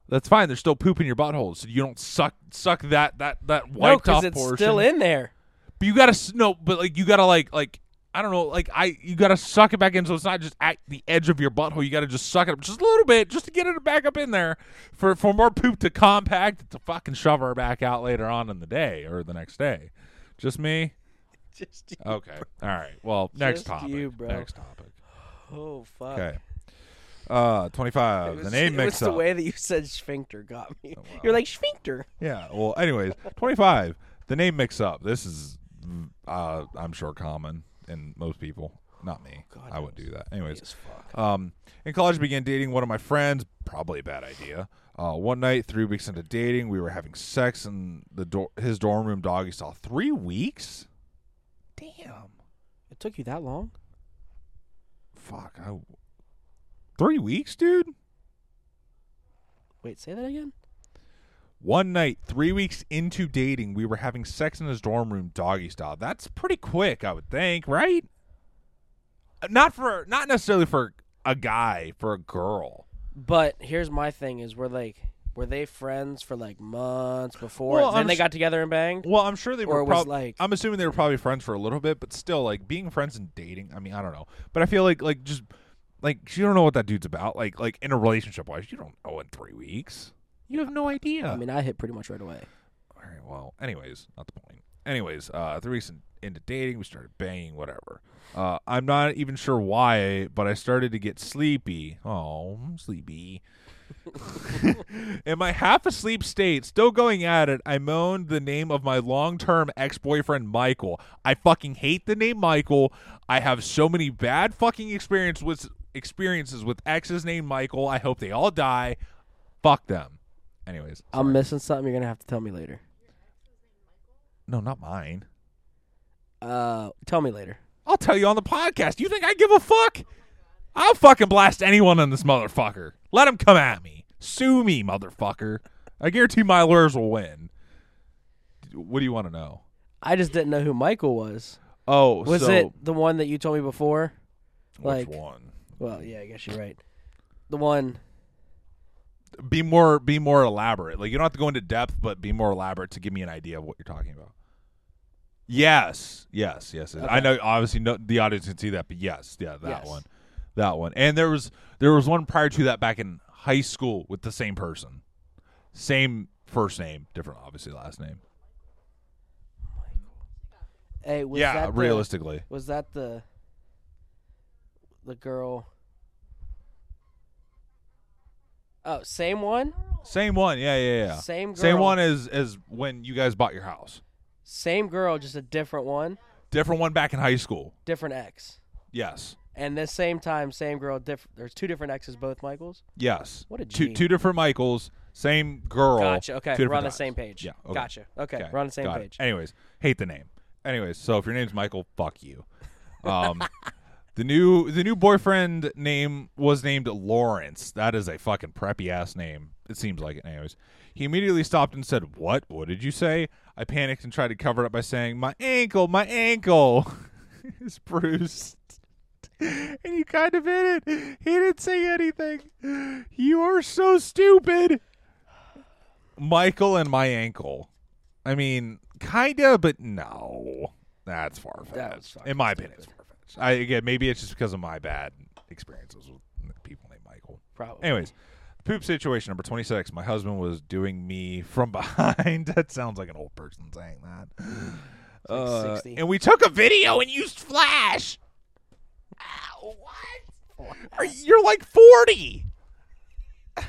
S1: That's fine. There's still poop in your butthole, so you don't suck suck that that that
S2: No,
S1: wiped
S2: because
S1: off
S2: it's
S1: portion.
S2: still in there.
S1: But you gotta s- no, but like you gotta like like I don't know, like I you gotta suck it back in, so it's not just at the edge of your butthole. You gotta just suck it up just a little bit, just to get it back up in there for for more poop to compact to fucking shove her back out later on in the day or the next day. Just me.
S2: Just you.
S1: Okay. All right. Well, next
S2: Just
S1: topic.
S2: you, bro.
S1: Next topic.
S2: Oh fuck.
S1: Okay. Uh,
S2: It
S1: twenty-five.
S2: was-
S1: the name
S2: it
S1: mix
S2: was
S1: up.
S2: the way that you said sphincter got me.
S1: Oh,
S2: You're like sphincter.
S1: yeah. Well, anyways, twenty-five. The name mix up. This is, mm, uh, I'm sure common in most people. Not me.
S2: God,
S1: I
S2: that
S1: wouldn't do that. Anyways,
S2: As fuck.
S1: Um, in college, I began dating one of my friends. Probably a bad idea. Uh, one night, three weeks into dating, we were having sex in the dor- his dorm room doggy style. Three weeks? Damn.
S2: It took you that long?
S1: Fuck. I, three weeks, dude?
S2: Wait, say that again.
S1: One night, three weeks into dating, we were having sex in his dorm room doggy style. That's pretty quick, I would think, right? Uh, Not for, not necessarily for a guy, for a girl.
S2: But here's my thing: is we're like, were they friends for like months before,
S1: Well,
S2: and then
S1: I'm
S2: they
S1: sh-
S2: got together and banged?
S1: Well, I'm sure they
S2: Or
S1: were
S2: it was
S1: prob-
S2: like-
S1: I'm assuming they were probably friends for a little bit, but still, like being friends and dating. I mean, I don't know, but I feel like like just like you don't know what that dude's about. Like like in a relationship wise, you don't know in three weeks. You have no idea.
S2: I mean, I hit pretty much right away.
S1: All right. Well, anyways, not the point. Anyways, uh, three weeks in, into dating, we started banging, whatever. Uh, I'm not even sure why, but I started to get sleepy. Oh, I'm sleepy. in my half asleep state, still going at it, I moaned the name of my long term ex boyfriend, Michael. I fucking hate the name Michael. I have so many bad fucking experience with, experiences with exes named Michael. I hope they all die. Fuck them. Anyways.
S2: I'm missing something. You're gonna have to tell me later.
S1: No, not mine.
S2: Uh, tell me later.
S1: I'll tell you on the podcast. You think I give a fuck? I'll fucking blast anyone on this motherfucker. Let him come at me. Sue me, motherfucker. I guarantee my lawyers will win. What do you want to know?
S2: I just didn't know who Michael was.
S1: Oh,
S2: Was
S1: so
S2: it the one that you told me before? like-
S1: which one?
S2: Well, yeah, I guess you're right. The one.
S1: Be more, be more elaborate. Like you don't have to go into depth, but be more elaborate to give me an idea of what you're talking about. Yes, yes, yes. yes. I know. Obviously, no, the audience can see that, but yes, yeah, that
S2: Yes.
S1: one, that one. And there was there was one prior to that back in high school with the same person, same first name, different obviously last name.
S2: Hey, was
S1: yeah,
S2: that the-
S1: realistically,
S2: Was that the the girl? Oh, same one.
S1: same one. Yeah, yeah, yeah.
S2: Same girl.
S1: Same one as as when you guys bought your house.
S2: Same girl, just a different one,
S1: Different one back in high school.
S2: different ex.
S1: Yes.
S2: And this same time, same girl. Diff- there's two different exes, both Michaels.
S1: Yes.
S2: What a
S1: two
S2: G.
S1: two different Michaels, same girl.
S2: Gotcha. Okay,
S1: two
S2: we're on
S1: different
S2: the same
S1: times.
S2: page.
S1: Yeah. okay.
S2: Gotcha. Okay,
S1: Okay,
S2: we're on the same
S1: got it.
S2: page.
S1: Anyways, hate the name. Anyways, so if your name's Michael, fuck you. Um, the new the new boyfriend name was named Lawrence. That is a fucking preppy ass name. It seems like it. Anyways, he immediately stopped and said, "What? What did you say?" I panicked and tried to cover it up by saying, "My ankle, my ankle is bruised." and you kind of hit it. He didn't say anything. You are so stupid. Michael and my ankle. I mean, kinda, but no. That's far
S2: That was
S1: fetched.
S2: fucking
S1: In my opinion, it's far fetched. I again, maybe it's just because of my bad experiences with people named Michael.
S2: Probably.
S1: Anyways, poop situation number 26. My husband was doing me from behind. that sounds like an old person saying that.
S2: like
S1: Uh,
S2: 60.
S1: and we took a video and used Flash. Ow, what? Are, you're like 40. I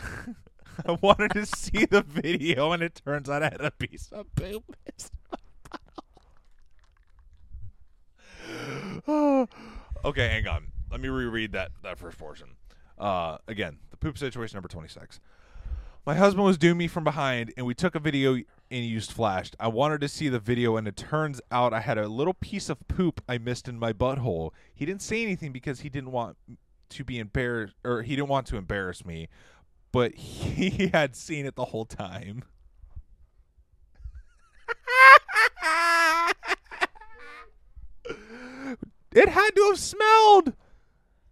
S1: wanted to see the video, and it turns out I had a piece of poop. Oh. okay, hang on. Let me reread that, that first portion. Uh, again, the poop situation number 26. My husband was doing me from behind, and we took a video and used Flash. I wanted to see the video, and it turns out I had a little piece of poop I missed in my butthole. He didn't say anything because he didn't want to be embarrassed, or he didn't want to embarrass me, but he had seen it the whole time. it had to have smelled.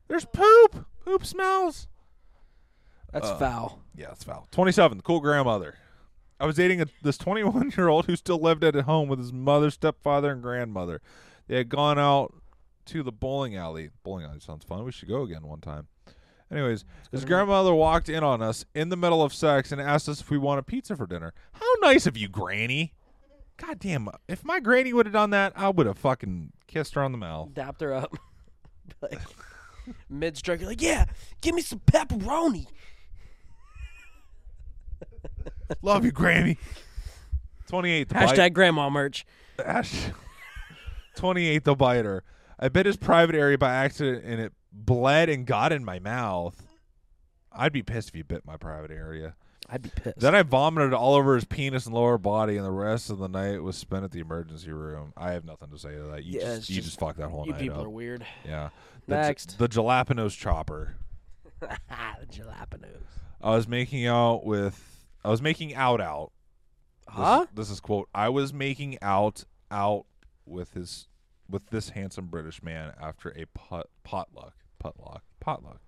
S1: There's poop. Poop smells.
S2: That's
S1: uh,
S2: foul.
S1: Yeah, that's foul. 27, the cool grandmother. I was dating a, this 21 year old who still lived at home with his mother, stepfather, and grandmother. They had gone out to the bowling alley. Bowling alley sounds fun. We should go again one time. Anyways, his grandmother walked in on us in the middle of sex and asked us if we wanted pizza for dinner. How nice of you, Granny. God damn, if my granny would have done that, I would have fucking kissed her on the mouth.
S2: Dapped her up. like mid stroke, you're like, yeah, give me some pepperoni.
S1: Love you, Granny. 28. The bite-
S2: Hashtag grandma merch.
S1: Ash 28 the biter. I bit his private area by accident and it bled and got in my mouth. I'd be pissed if you bit my private area.
S2: I'd be pissed.
S1: Then I vomited all over his penis and lower body, and the rest of the night was spent at the emergency room. I have nothing to say to that. You
S2: Yeah,
S1: just
S2: it's
S1: you
S2: just-
S1: just, fucked that whole
S2: you
S1: night uh,
S2: people
S1: up.
S2: are weird.
S1: yeah. The ge-
S2: Next.
S1: the jalapenos chopper.
S2: Ah, Jalapenos.
S1: I was making out with. I was making out out. This,
S2: Huh?
S1: This is quote. I was making out out with his with this handsome British man after a pot, potluck potluck potluck.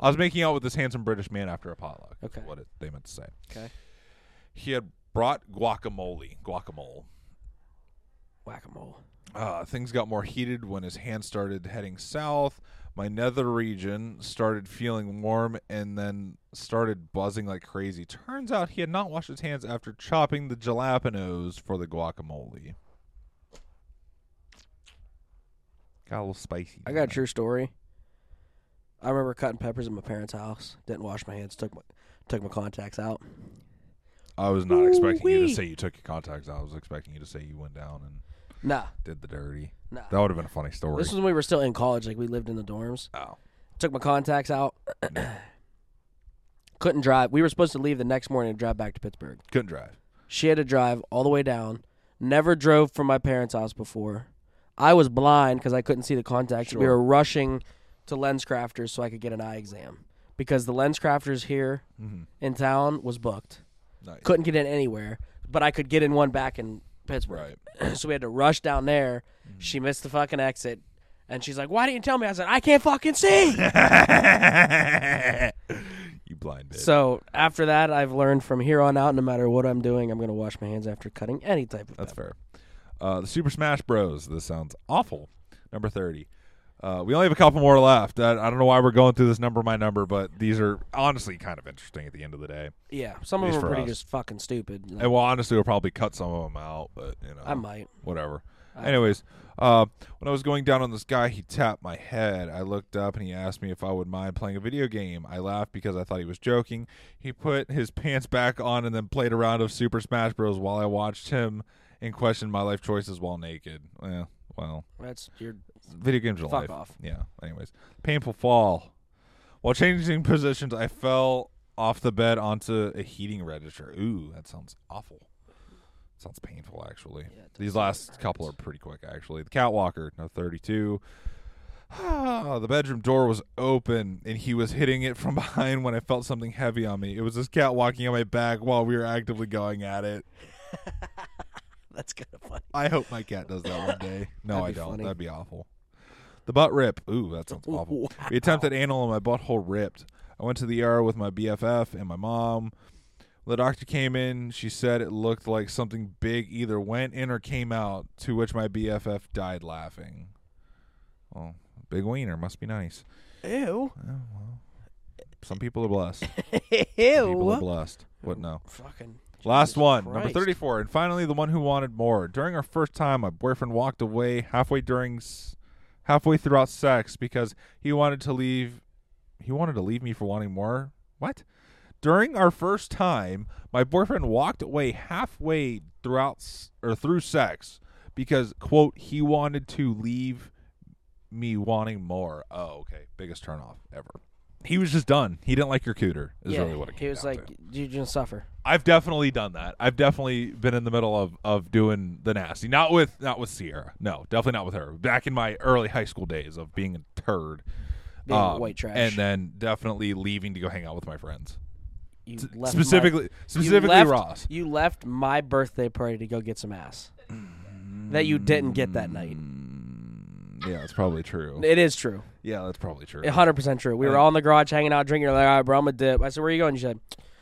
S1: I was making out with this handsome British man after a potluck. is
S2: Okay.
S1: what it, they meant to say.
S2: Okay.
S1: He had brought guacamole. Guacamole.
S2: Whack a mole.
S1: Uh, things got more heated when his hand started heading south. my nether region started feeling warm and then started buzzing like crazy. Turns out he had not washed his hands after chopping the jalapenos for the guacamole. Got a little spicy.
S2: I got a
S1: there.
S2: true story. I remember cutting peppers at my parents' house. Didn't wash my hands. Took my took my contacts out.
S1: I was not expecting you to
S2: Ooh-wee.
S1: say you took your contacts out. I was expecting you to say you went down and
S2: Nah,
S1: did the dirty.
S2: nah.
S1: That would have been a funny story.
S2: This was when we were still in college. Like we lived in the dorms.
S1: oh.
S2: Took my contacts out. Couldn't drive. We were supposed to leave the next morning and drive back to Pittsburgh.
S1: Couldn't drive.
S2: She had to drive all the way down. Never drove from my parents' house before. I was blind because I couldn't see the contacts. We
S1: Sure.
S2: were rushing to lens crafters so I could get an eye exam because the lens crafters here
S1: Mm-hmm.
S2: in town was booked.
S1: Nice.
S2: Couldn't get in anywhere, but I could get in one back in Pittsburgh.
S1: Right. Mm-hmm.
S2: so we had to rush down there. She missed the fucking exit. And she's like, "Why didn't you tell me?" I said, "I can't fucking see."
S1: you blind bitch.
S2: so after that, I've learned from here on out, no matter what I'm doing, I'm gonna wash my hands after cutting any type of.
S1: That's
S2: pepper.
S1: fair. Uh, the Super Smash Bros. This sounds awful. Number thirty. Uh, we only have a couple more left. I, I don't know why we're going through this number by number, but these are honestly kind of interesting at the end of the day.
S2: Yeah, some of
S1: At least
S2: them are
S1: for
S2: pretty
S1: us.
S2: just fucking stupid. Like,
S1: And well, honestly, we'll probably cut some of them out, but you know,
S2: I might.
S1: whatever.
S2: I-
S1: Anyways, uh, when I was going down on this guy, he tapped my head. I looked up and he asked me if I would mind playing a video game. I laughed because I thought he was joking. He put his pants back on and then played a round of Super Smash Bros. while I watched him and questioned my life choices while naked. Eh, well,
S2: That's your
S1: video games are
S2: Fuck
S1: life.
S2: off.
S1: Yeah. Anyways, painful fall. While changing positions, I fell off the bed onto a heating register. Ooh, that sounds awful. Sounds painful, actually.
S2: it does
S1: These last couple are pretty quick, actually. The catwalker, no 32. Ah, the bedroom door was open, and he was hitting it from behind when I felt something heavy on me. It was this cat walking on my back while we were actively going at it.
S2: that's kind of funny.
S1: I hope my cat does that one day. No,
S2: That'd
S1: I
S2: be
S1: don't.
S2: funny.
S1: That'd be awful. The butt rip. Ooh, that sounds awful. We attempted anal and my butthole ripped. I went to the ER with my BFF and my mom. The doctor came in. She said it looked like something big either went in or came out, to which my BFF died laughing. Well, big wiener must be nice.
S2: Ew.
S1: Some people are blessed. Some people are
S2: Ew.
S1: blessed. What no?
S2: Fucking.
S1: Last
S2: Jesus
S1: one, number
S2: Christ.
S1: 34, and finally the one who wanted more. During our first time, my boyfriend walked away halfway during s- halfway throughout sex because he wanted to leave he wanted to leave me for wanting more. What? During our first time, my boyfriend walked away halfway throughout s- or through sex because quote he wanted to leave me wanting more. Oh, okay. Biggest turnoff ever. He was just done. He didn't like your cooter. Is
S2: yeah.
S1: really what it came
S2: he was
S1: down
S2: like,
S1: to.
S2: "You're gonna suffer."
S1: I've definitely done that. I've definitely been in the middle of of doing the nasty. Not with not with Sierra. No, definitely not with her. Back in my early high school days of being a turd,
S2: Being
S1: um,
S2: white trash.
S1: and then definitely leaving to go hang out with my friends.
S2: You
S1: S-
S2: left my-
S1: specifically,
S2: you
S1: specifically
S2: left-
S1: Ross.
S2: You left my birthday party to go get some ass that you didn't get that night.
S1: Mm. Yeah, that's probably true.
S2: It is true.
S1: Yeah, that's probably true.
S2: hundred percent true. We were all in the garage hanging out, drinking. You're like, all right, bro, I'm a dip. I said, where are you going? She said,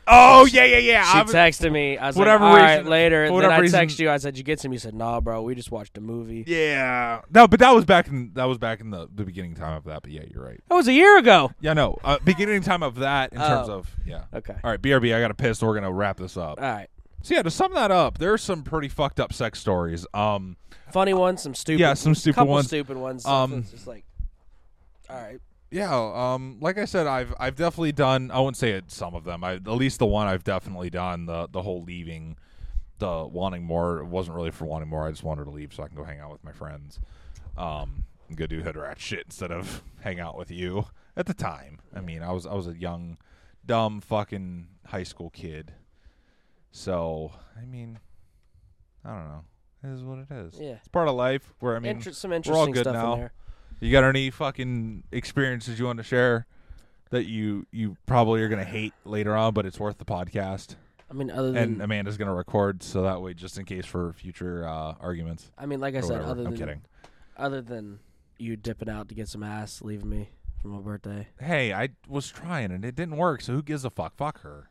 S1: Oh yeah, yeah, yeah.
S2: she
S1: I was-
S2: texted me. I was
S1: whatever
S2: like, all right,
S1: reason-
S2: later.
S1: for
S2: And
S1: whatever
S2: then I
S1: reason-
S2: text you. I said, you get some? You said, nah, bro. We just watched a movie.
S1: yeah. No, but that was back in that was back in the, the beginning time of that. But yeah, you're right.
S2: That was a year ago.
S1: Yeah, no. Uh, beginning time of that in terms
S2: Oh.
S1: of yeah.
S2: Okay.
S1: All right, BRB, I got a piss. So we're gonna wrap this up.
S2: All right.
S1: So yeah, to sum that up, there's some pretty fucked up sex stories. Um,
S2: Funny ones, some stupid.
S1: Yeah, some stupid
S2: couple
S1: ones.
S2: Stupid ones.
S1: Um,
S2: Um, just like, all right.
S1: yeah, um, like I said, I've I've definitely done. I wouldn't say it, some of them. I at least the one I've definitely done the the whole leaving, the wanting more. It wasn't really for wanting more. I just wanted to leave so I can go hang out with my friends. Um, and go do hood rat shit instead of hang out with you. At the time, I mean, I was I was a young, dumb fucking high school kid. So I mean, I don't know. It is what it is.
S2: Yeah.
S1: It's part of life. Where I mean,
S2: Inter- some
S1: we're
S2: interesting
S1: all good
S2: stuff
S1: now.
S2: in there.
S1: You got any fucking experiences you want to share that you you probably are gonna hate later on, but it's worth the podcast.
S2: I mean, other than
S1: And um, Amanda's gonna record so that way, just in case for future uh, arguments.
S2: I mean, like I
S1: or
S2: said,
S1: whatever.
S2: other
S1: I'm
S2: than
S1: kidding.
S2: other than you dipping out to get some ass, leaving me for my birthday.
S1: Hey, I was trying and it didn't work. So who gives a fuck? Fuck her.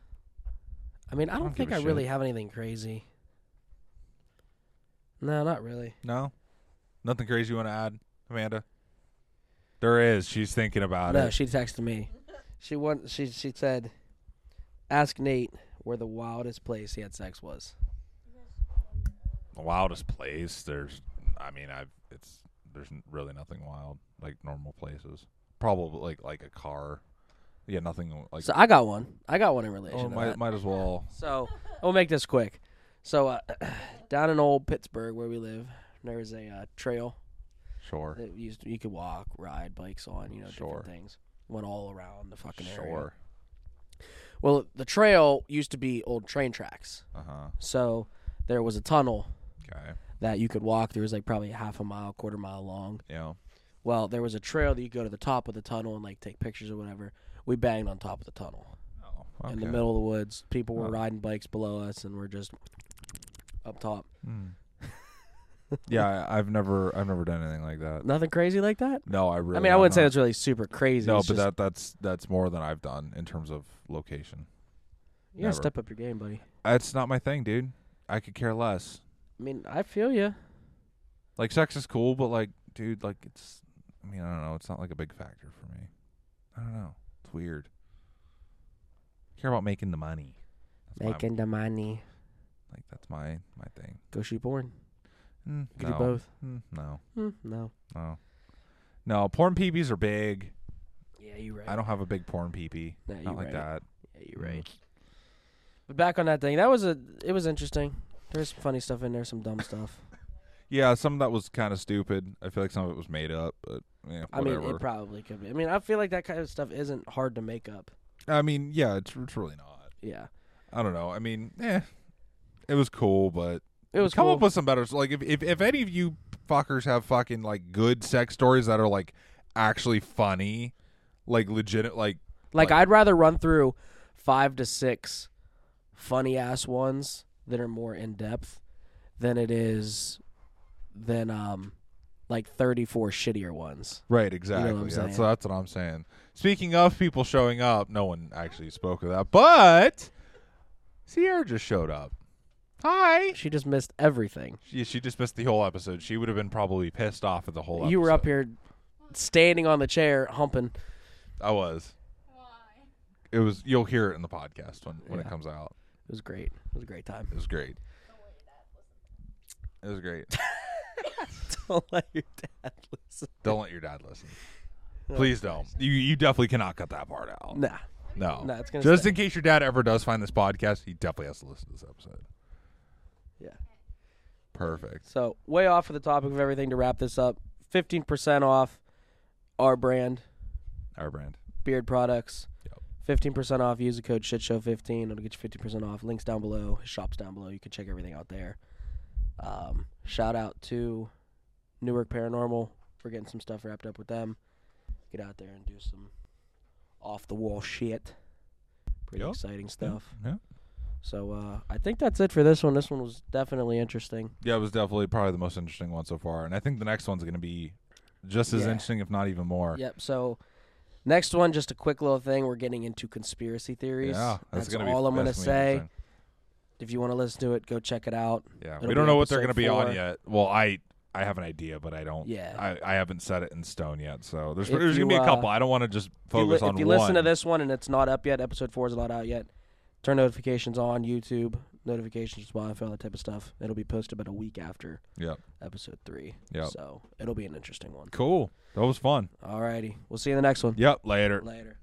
S2: I mean, I don't,
S1: don't give
S2: think
S1: a
S2: I really
S1: shit.
S2: have anything crazy. No, not really.
S1: No, nothing crazy you want to add, Amanda? There is. She's thinking about
S2: No,
S1: it.
S2: she texted me. She won. She she said, "Ask Nate where the wildest place he had sex was."
S1: the wildest place. There's, I mean, I've it's there's n- really nothing wild like normal places. Probably like like a car. Yeah, nothing like.
S2: So I got one. I got one in relation.
S1: oh,
S2: to
S1: might
S2: that.
S1: might as well.
S2: So we'll make this quick. So uh, down in old Pittsburgh where we live, there was a uh, trail
S1: Sure,
S2: that you, you could walk, ride bikes on, you know,
S1: Sure.
S2: different things. Went all around the fucking area.
S1: sure.
S2: Well, the trail used to be old train tracks.
S1: Uh huh.
S2: So there was a tunnel
S1: Okay.
S2: that you could walk. There was like probably a half a mile, quarter mile long.
S1: Yeah.
S2: Well, there was a trail that you go to the top of the tunnel and like take pictures or whatever. We banged on top of the tunnel
S1: Oh, okay.
S2: in the middle of the woods. People were
S1: Huh.
S2: riding bikes below us, and we're just up top.
S1: Hmm. yeah, I, I've never I've never done anything like that.
S2: Nothing crazy like that.
S1: No, I really.
S2: I mean, I wouldn't say
S1: not.
S2: it's really super crazy.
S1: No,
S2: it's
S1: but
S2: just,
S1: that that's that's more than I've done in terms of location.
S2: you gotta
S1: never.
S2: step up your game, buddy.
S1: That's not my thing, dude. I could care less.
S2: I mean, I feel you.
S1: Like sex is cool, but like, dude, like it's. I mean, I don't know. It's not like a big factor for me. I don't know. It's weird. I care about making the money. That's my-
S2: Making the money,
S1: like that's my my thing.
S2: go shoot porn,
S1: Mm,
S2: Could do
S1: no.
S2: both.
S1: Mm, no,
S2: Hmm, no.
S1: no, no. Porn peepees are big.
S2: Yeah, you're right.
S1: I don't Mm. have a big porn peepee.
S2: No, you're
S1: Not like
S2: right.
S1: that.
S2: Yeah, you're right. But back on that thing, that was a. It was interesting. There's some funny stuff in there, some dumb stuff.
S1: Yeah, some of that was kind of stupid. I feel like some of it was made up, but yeah,
S2: I
S1: whatever.
S2: mean, it probably could be. I mean, I feel like that kind of stuff isn't hard to make up.
S1: I mean, yeah, it's, it's really not.
S2: Yeah,
S1: I don't know. I mean, eh, it was cool, but
S2: it was
S1: come
S2: cool.
S1: up with some better. So like, if, if if any of you fuckers have fucking like good sex stories that are like actually funny, like legit, like
S2: like,
S1: like-
S2: I'd rather run through five to six funny ass ones that are more in depth than it is than um like 34 shittier ones.
S1: right,
S2: what
S1: exactly.
S2: I'm
S1: that's
S2: saying.
S1: that's what I'm saying. Speaking of people showing up, no one actually spoke of that, but Sierra just showed up. Hi.
S2: She just missed everything.
S1: She, she just missed the whole episode. She would have been probably pissed off at the whole.
S2: you were up
S1: episode.
S2: here standing on the chair humping.
S1: I was.
S3: Why?
S1: It was. You'll hear it in the podcast when when
S2: Yeah.
S1: it comes out.
S2: It was great. It was a great time.
S1: It was great. It was great.
S2: Don't let your dad listen.
S1: don't let your dad listen.
S2: Oh,
S1: Please don't. You you definitely cannot cut that part out.
S2: Nah.
S1: No.
S2: Nah, it's gonna
S1: Just
S2: stay.
S1: in case your dad ever does find this podcast, he definitely has to listen to this episode.
S2: Yeah.
S1: Perfect.
S2: So way off of the topic of everything to wrap this up. Fifteen percent off our brand
S1: Our brand.
S2: beard products.
S1: Yep.
S2: Fifteen percent off. Use the code shitshow fifteen. It'll get you fifteen percent off. Links down below. His shop's down below. You can check everything out there. Um, shout out to Newark Paranormal. We're getting some stuff wrapped up with them. Get out there and do some off the wall shit. Pretty
S1: Yep.
S2: exciting stuff.
S1: Yeah.
S2: So uh, I think that's it for this one. This one was definitely interesting.
S1: Yeah, it was definitely probably the most interesting one so far, and I think the next one's going to be just as
S2: Yeah.
S1: interesting, if not even more.
S2: Yep. So next one, just a quick little thing. We're getting into conspiracy theories.
S1: Yeah, that's, gonna be
S2: all I'm gonna
S1: that's
S2: say.
S1: interesting.
S2: If you want to listen to it, go check it out.
S1: Yeah,
S2: It'll
S1: we
S2: be
S1: don't know what they're going to be
S2: episode four.
S1: on yet. Well, I I have an idea, but I don't.
S2: Yeah.
S1: I, I haven't set it in stone yet. So there's
S2: If
S1: there's
S2: you,
S1: going to be
S2: uh,
S1: a couple. I don't want to just focus
S2: if you, li-
S1: on
S2: if you
S1: one.
S2: listen to this one and it's not up yet, episode four is not out yet. Turn notifications on YouTube, notifications Spotify, all that type of stuff. It'll be posted about a week after
S1: Yep.
S2: episode three.
S1: Yep.
S2: So it'll be an interesting one.
S1: Cool. That was fun.
S2: Alrighty, we'll see you in the next one.
S1: Yep. Later.
S2: Later.